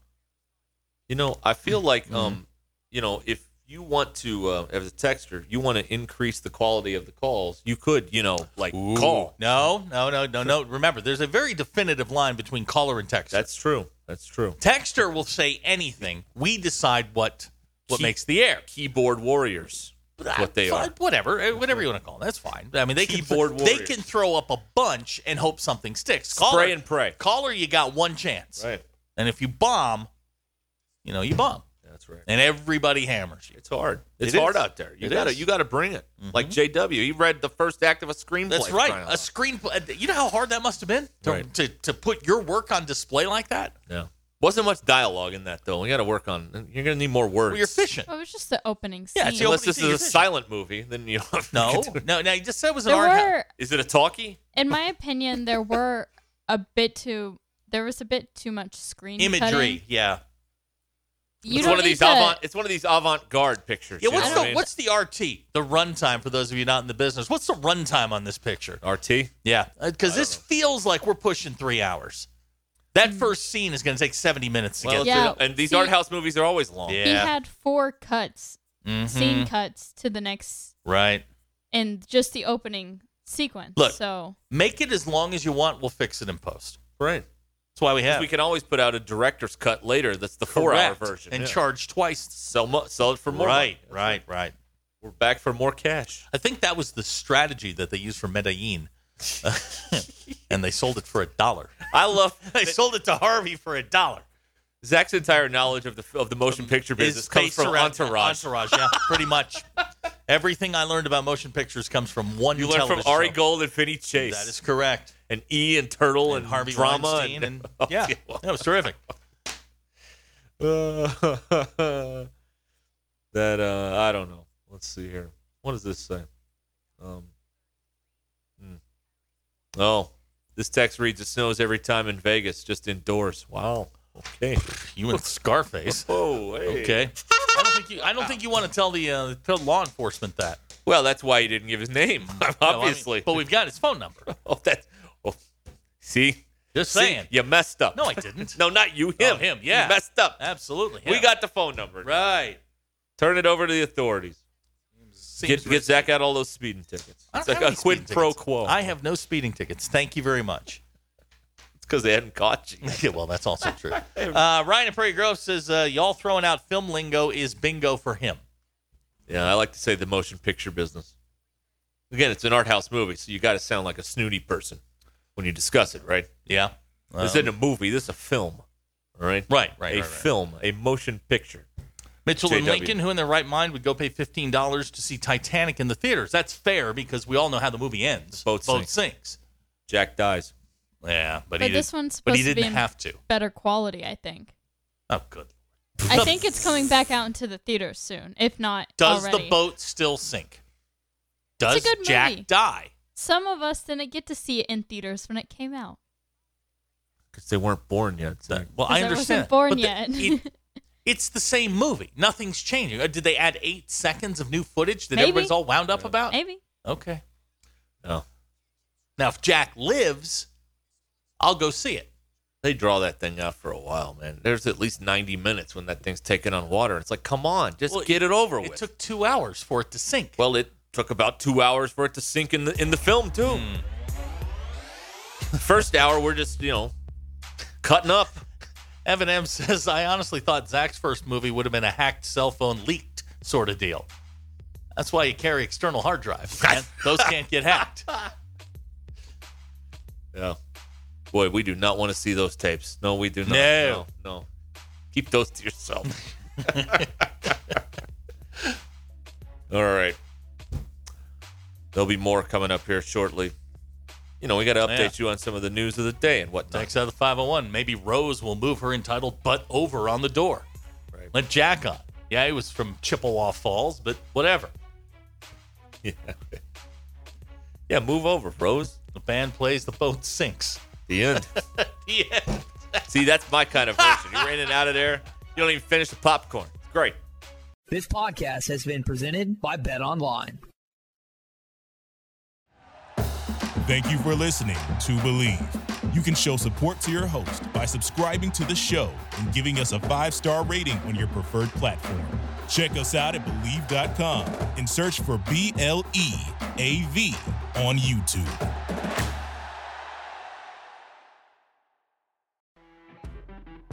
Speaker 1: You know, I
Speaker 2: Mm-hmm.
Speaker 1: feel like, um, you know, if you want to, uh, as a texter, you want to increase the quality of the calls, you could, you know, like call.
Speaker 2: No, no, no, no, no. Remember, there's a very definitive line between caller and texter.
Speaker 1: That's true. That's true.
Speaker 2: texter will say anything. We decide what what
Speaker 1: Key-
Speaker 2: makes the air. Ah,
Speaker 1: Keyboard warriors. What they
Speaker 2: Fine,
Speaker 1: are.
Speaker 2: Whatever, eh, whatever you want to call them. That's fine. I mean, they
Speaker 1: Keyboard
Speaker 2: can they
Speaker 1: warriors.
Speaker 2: can throw up a bunch and hope something sticks.
Speaker 1: Spray and pray.
Speaker 2: Caller, you got one chance.
Speaker 1: Right.
Speaker 2: And if you bomb, you know you bomb,
Speaker 1: That's right.
Speaker 2: and everybody hammers you.
Speaker 1: It's hard. It's
Speaker 2: It
Speaker 1: hard
Speaker 2: is.
Speaker 1: out there. You
Speaker 2: It
Speaker 1: gotta
Speaker 2: is. Mm-hmm.
Speaker 1: you gotta bring it. Like JW, he read the first act of a screenplay.
Speaker 2: That's
Speaker 1: for
Speaker 2: right.
Speaker 1: crying out
Speaker 2: A
Speaker 1: loud.
Speaker 2: screenplay. You know how hard that must have been to,
Speaker 1: Right.
Speaker 2: to to put your work on display like that.
Speaker 1: Yeah. Wasn't much dialogue in that though. We got to work on. You're gonna need more words.
Speaker 2: Well, you're fishing.
Speaker 3: Oh, It was just the opening scene.
Speaker 2: Yeah, it's the
Speaker 1: Unless
Speaker 2: opening
Speaker 1: this
Speaker 2: scene,
Speaker 1: is
Speaker 2: you're
Speaker 1: a
Speaker 2: fishing.
Speaker 1: silent movie, then you.
Speaker 2: No, no, no. You just said it was an
Speaker 3: there
Speaker 2: art house.
Speaker 3: were,
Speaker 1: Is it a talkie?
Speaker 3: in my opinion, there were a bit too. There was a bit too much screen
Speaker 2: imagery.
Speaker 3: cutting.
Speaker 2: Yeah.
Speaker 3: You
Speaker 1: it's
Speaker 3: don't
Speaker 1: one of
Speaker 3: need
Speaker 1: these
Speaker 3: to-
Speaker 1: avant. It's one of these avant-garde pictures.
Speaker 2: Yeah,
Speaker 1: you know
Speaker 2: what's
Speaker 1: what I
Speaker 2: the
Speaker 1: mean?
Speaker 2: what's the RT? The runtime for those of you not in the business. What's the runtime on this picture?
Speaker 1: RT?
Speaker 2: Yeah, because this feels like we're pushing three hours.
Speaker 3: Hmm.
Speaker 2: That first scene is going to take seventy minutes to
Speaker 1: Well,
Speaker 2: get.
Speaker 3: Yeah.
Speaker 1: it's a- and these
Speaker 3: See-
Speaker 1: art house movies are always long.
Speaker 2: Yeah.
Speaker 3: He had four cuts,
Speaker 2: Mhm.
Speaker 3: scene cuts to the next,
Speaker 2: Right.
Speaker 3: and just the opening sequence.
Speaker 2: Look.
Speaker 3: so
Speaker 2: Make it as long as you want. We'll fix it in post.
Speaker 1: right.
Speaker 2: That's why we have
Speaker 1: We can always put out a director's cut later. That's the four-hour
Speaker 2: Correct.
Speaker 1: version.
Speaker 2: and
Speaker 1: yeah.
Speaker 2: charge twice.
Speaker 1: Sell, mo- sell it for more.
Speaker 2: Right,
Speaker 1: money.
Speaker 2: right, right.
Speaker 1: We're back for more cash.
Speaker 2: I think that was the strategy that they used for Medellin, uh, and they sold it for a dollar.
Speaker 1: I love
Speaker 2: They sold it to Harvey for a dollar.
Speaker 1: Zach's entire knowledge of the of the motion picture business
Speaker 2: is
Speaker 1: comes
Speaker 2: based
Speaker 1: from
Speaker 2: around-
Speaker 1: Entourage.
Speaker 2: Entourage, yeah, pretty much. Everything I learned about motion pictures comes from one.
Speaker 1: You learn from
Speaker 2: television
Speaker 1: Ari
Speaker 2: show.
Speaker 1: Gold and Vinny Chase,
Speaker 2: That is correct.
Speaker 1: and E and Turtle and,
Speaker 2: And Harvey
Speaker 1: Drama
Speaker 2: Weinstein and, yeah, that was terrific.
Speaker 1: Uh, that uh, I don't know. Let's see here. What does this say? Um, hmm. Oh, this text reads: "It snows every time in Vegas, just indoors." Wow. Okay.
Speaker 2: You and Scarface.
Speaker 1: Oh, hey.
Speaker 2: Okay. I don't think you. I don't think you want to tell the uh, tell law enforcement that.
Speaker 1: Well, that's why he didn't give his name,
Speaker 2: No, I mean,
Speaker 1: obviously.
Speaker 2: but we've got his phone number.
Speaker 1: oh, that. Oh, see,
Speaker 2: Just
Speaker 1: See?
Speaker 2: saying.
Speaker 1: you messed up.
Speaker 2: No, I didn't.
Speaker 1: no, not you. Him.
Speaker 2: Oh, him, yeah.
Speaker 1: you messed up.
Speaker 2: Absolutely.
Speaker 1: We
Speaker 2: yeah.
Speaker 1: got the phone number.
Speaker 2: right.
Speaker 1: Turn it over to the authorities.
Speaker 2: Seems
Speaker 1: Get,
Speaker 2: risky.
Speaker 1: get Zach out all those speeding tickets.
Speaker 2: I
Speaker 1: It's
Speaker 2: don't
Speaker 1: like
Speaker 2: have
Speaker 1: a
Speaker 2: any
Speaker 1: quid
Speaker 2: speeding
Speaker 1: pro
Speaker 2: tickets.
Speaker 1: quo.
Speaker 2: I have no speeding tickets. Thank you very much.
Speaker 1: it's because they hadn't caught you.
Speaker 2: yeah, well, that's also true. Uh, Ryan of Prairie Grove says, uh, "Y'all throwing out film lingo is bingo for him."
Speaker 1: Yeah, I like to say the motion picture business. Again, it's an art house movie, so you got to sound like a snooty person when you discuss it, right?
Speaker 2: Yeah.
Speaker 1: this
Speaker 2: Um,
Speaker 1: isn't a movie. This is a film. All right.
Speaker 2: Right, right,
Speaker 1: A
Speaker 2: right, right.
Speaker 1: film, a motion picture.
Speaker 2: Mitchell and
Speaker 1: JW.
Speaker 2: Lincoln, who in their right mind would go pay fifteen dollars to see Titanic in the theaters. That's fair because we all know how the movie ends.
Speaker 1: Boat
Speaker 2: both
Speaker 1: sinks.
Speaker 2: sinks.
Speaker 1: Jack dies.
Speaker 2: Yeah, but,
Speaker 3: But
Speaker 2: he
Speaker 3: this
Speaker 2: did,
Speaker 3: one's
Speaker 2: but he
Speaker 3: supposed to be
Speaker 2: didn't
Speaker 3: in-
Speaker 2: have to.
Speaker 3: Better quality, I think.
Speaker 2: Oh, good.
Speaker 3: I think it's coming back out into the theater soon, if not
Speaker 2: Does
Speaker 3: already.
Speaker 2: the boat still sink? Does
Speaker 3: a good
Speaker 2: Jack
Speaker 3: movie.
Speaker 2: die?
Speaker 3: Some of us didn't get to see it in theaters when it came out.
Speaker 1: Because they weren't born yet. Zach.
Speaker 2: Well, I
Speaker 3: Because I
Speaker 2: understand.
Speaker 3: wasn't born
Speaker 2: but the- e-
Speaker 3: yet.
Speaker 2: it- it's the same movie. Nothing's changing. Uh, Did they add eight seconds of new footage that
Speaker 3: Maybe.
Speaker 2: everybody's all wound up about?
Speaker 3: Maybe.
Speaker 2: Okay.
Speaker 1: No.
Speaker 2: Now, if Jack lives, I'll go see it.
Speaker 1: They draw that thing out for a while, man. There's at least 90 minutes when that thing's taken on water. It's like, come on, just
Speaker 2: Well,
Speaker 1: get it over
Speaker 2: It
Speaker 1: with.
Speaker 2: took two hours for it to sink.
Speaker 1: well, it took about two hours for it to sink in the in the film too.
Speaker 2: Hmm.
Speaker 1: The first hour, we're just you know cutting up.
Speaker 2: Evan M says, I honestly thought Zach's first movie would have been a hacked cell phone leaked sort of deal. That's why you carry external hard drives, man. Those can't get hacked.
Speaker 1: Yeah. Boy, we do not want to see those tapes. No, we do not.
Speaker 2: No.
Speaker 1: no. no. Keep those to yourself. All right. There'll be more coming up here shortly. You know, we got to update
Speaker 2: Yeah.
Speaker 1: you on some of the news of the day and whatnot.
Speaker 2: Next out of the 501, maybe Rose will move her entitled butt over on the door.
Speaker 1: Right.
Speaker 2: Let Jack on. Yeah, he was from Chippewa Falls, but whatever.
Speaker 1: Yeah, move over, bros.
Speaker 2: The band plays, the boat sinks.
Speaker 1: The end.
Speaker 2: Yeah.
Speaker 1: See, that's my kind of version. You're in and out of there. You don't even finish the popcorn. It's great.
Speaker 9: This podcast has been presented by Bet Online.
Speaker 10: Thank you for listening to Believe. You can show support to your host by subscribing to the show and giving us a five star rating on your preferred platform. Check us out at Believe.com and search for B L E A V on YouTube.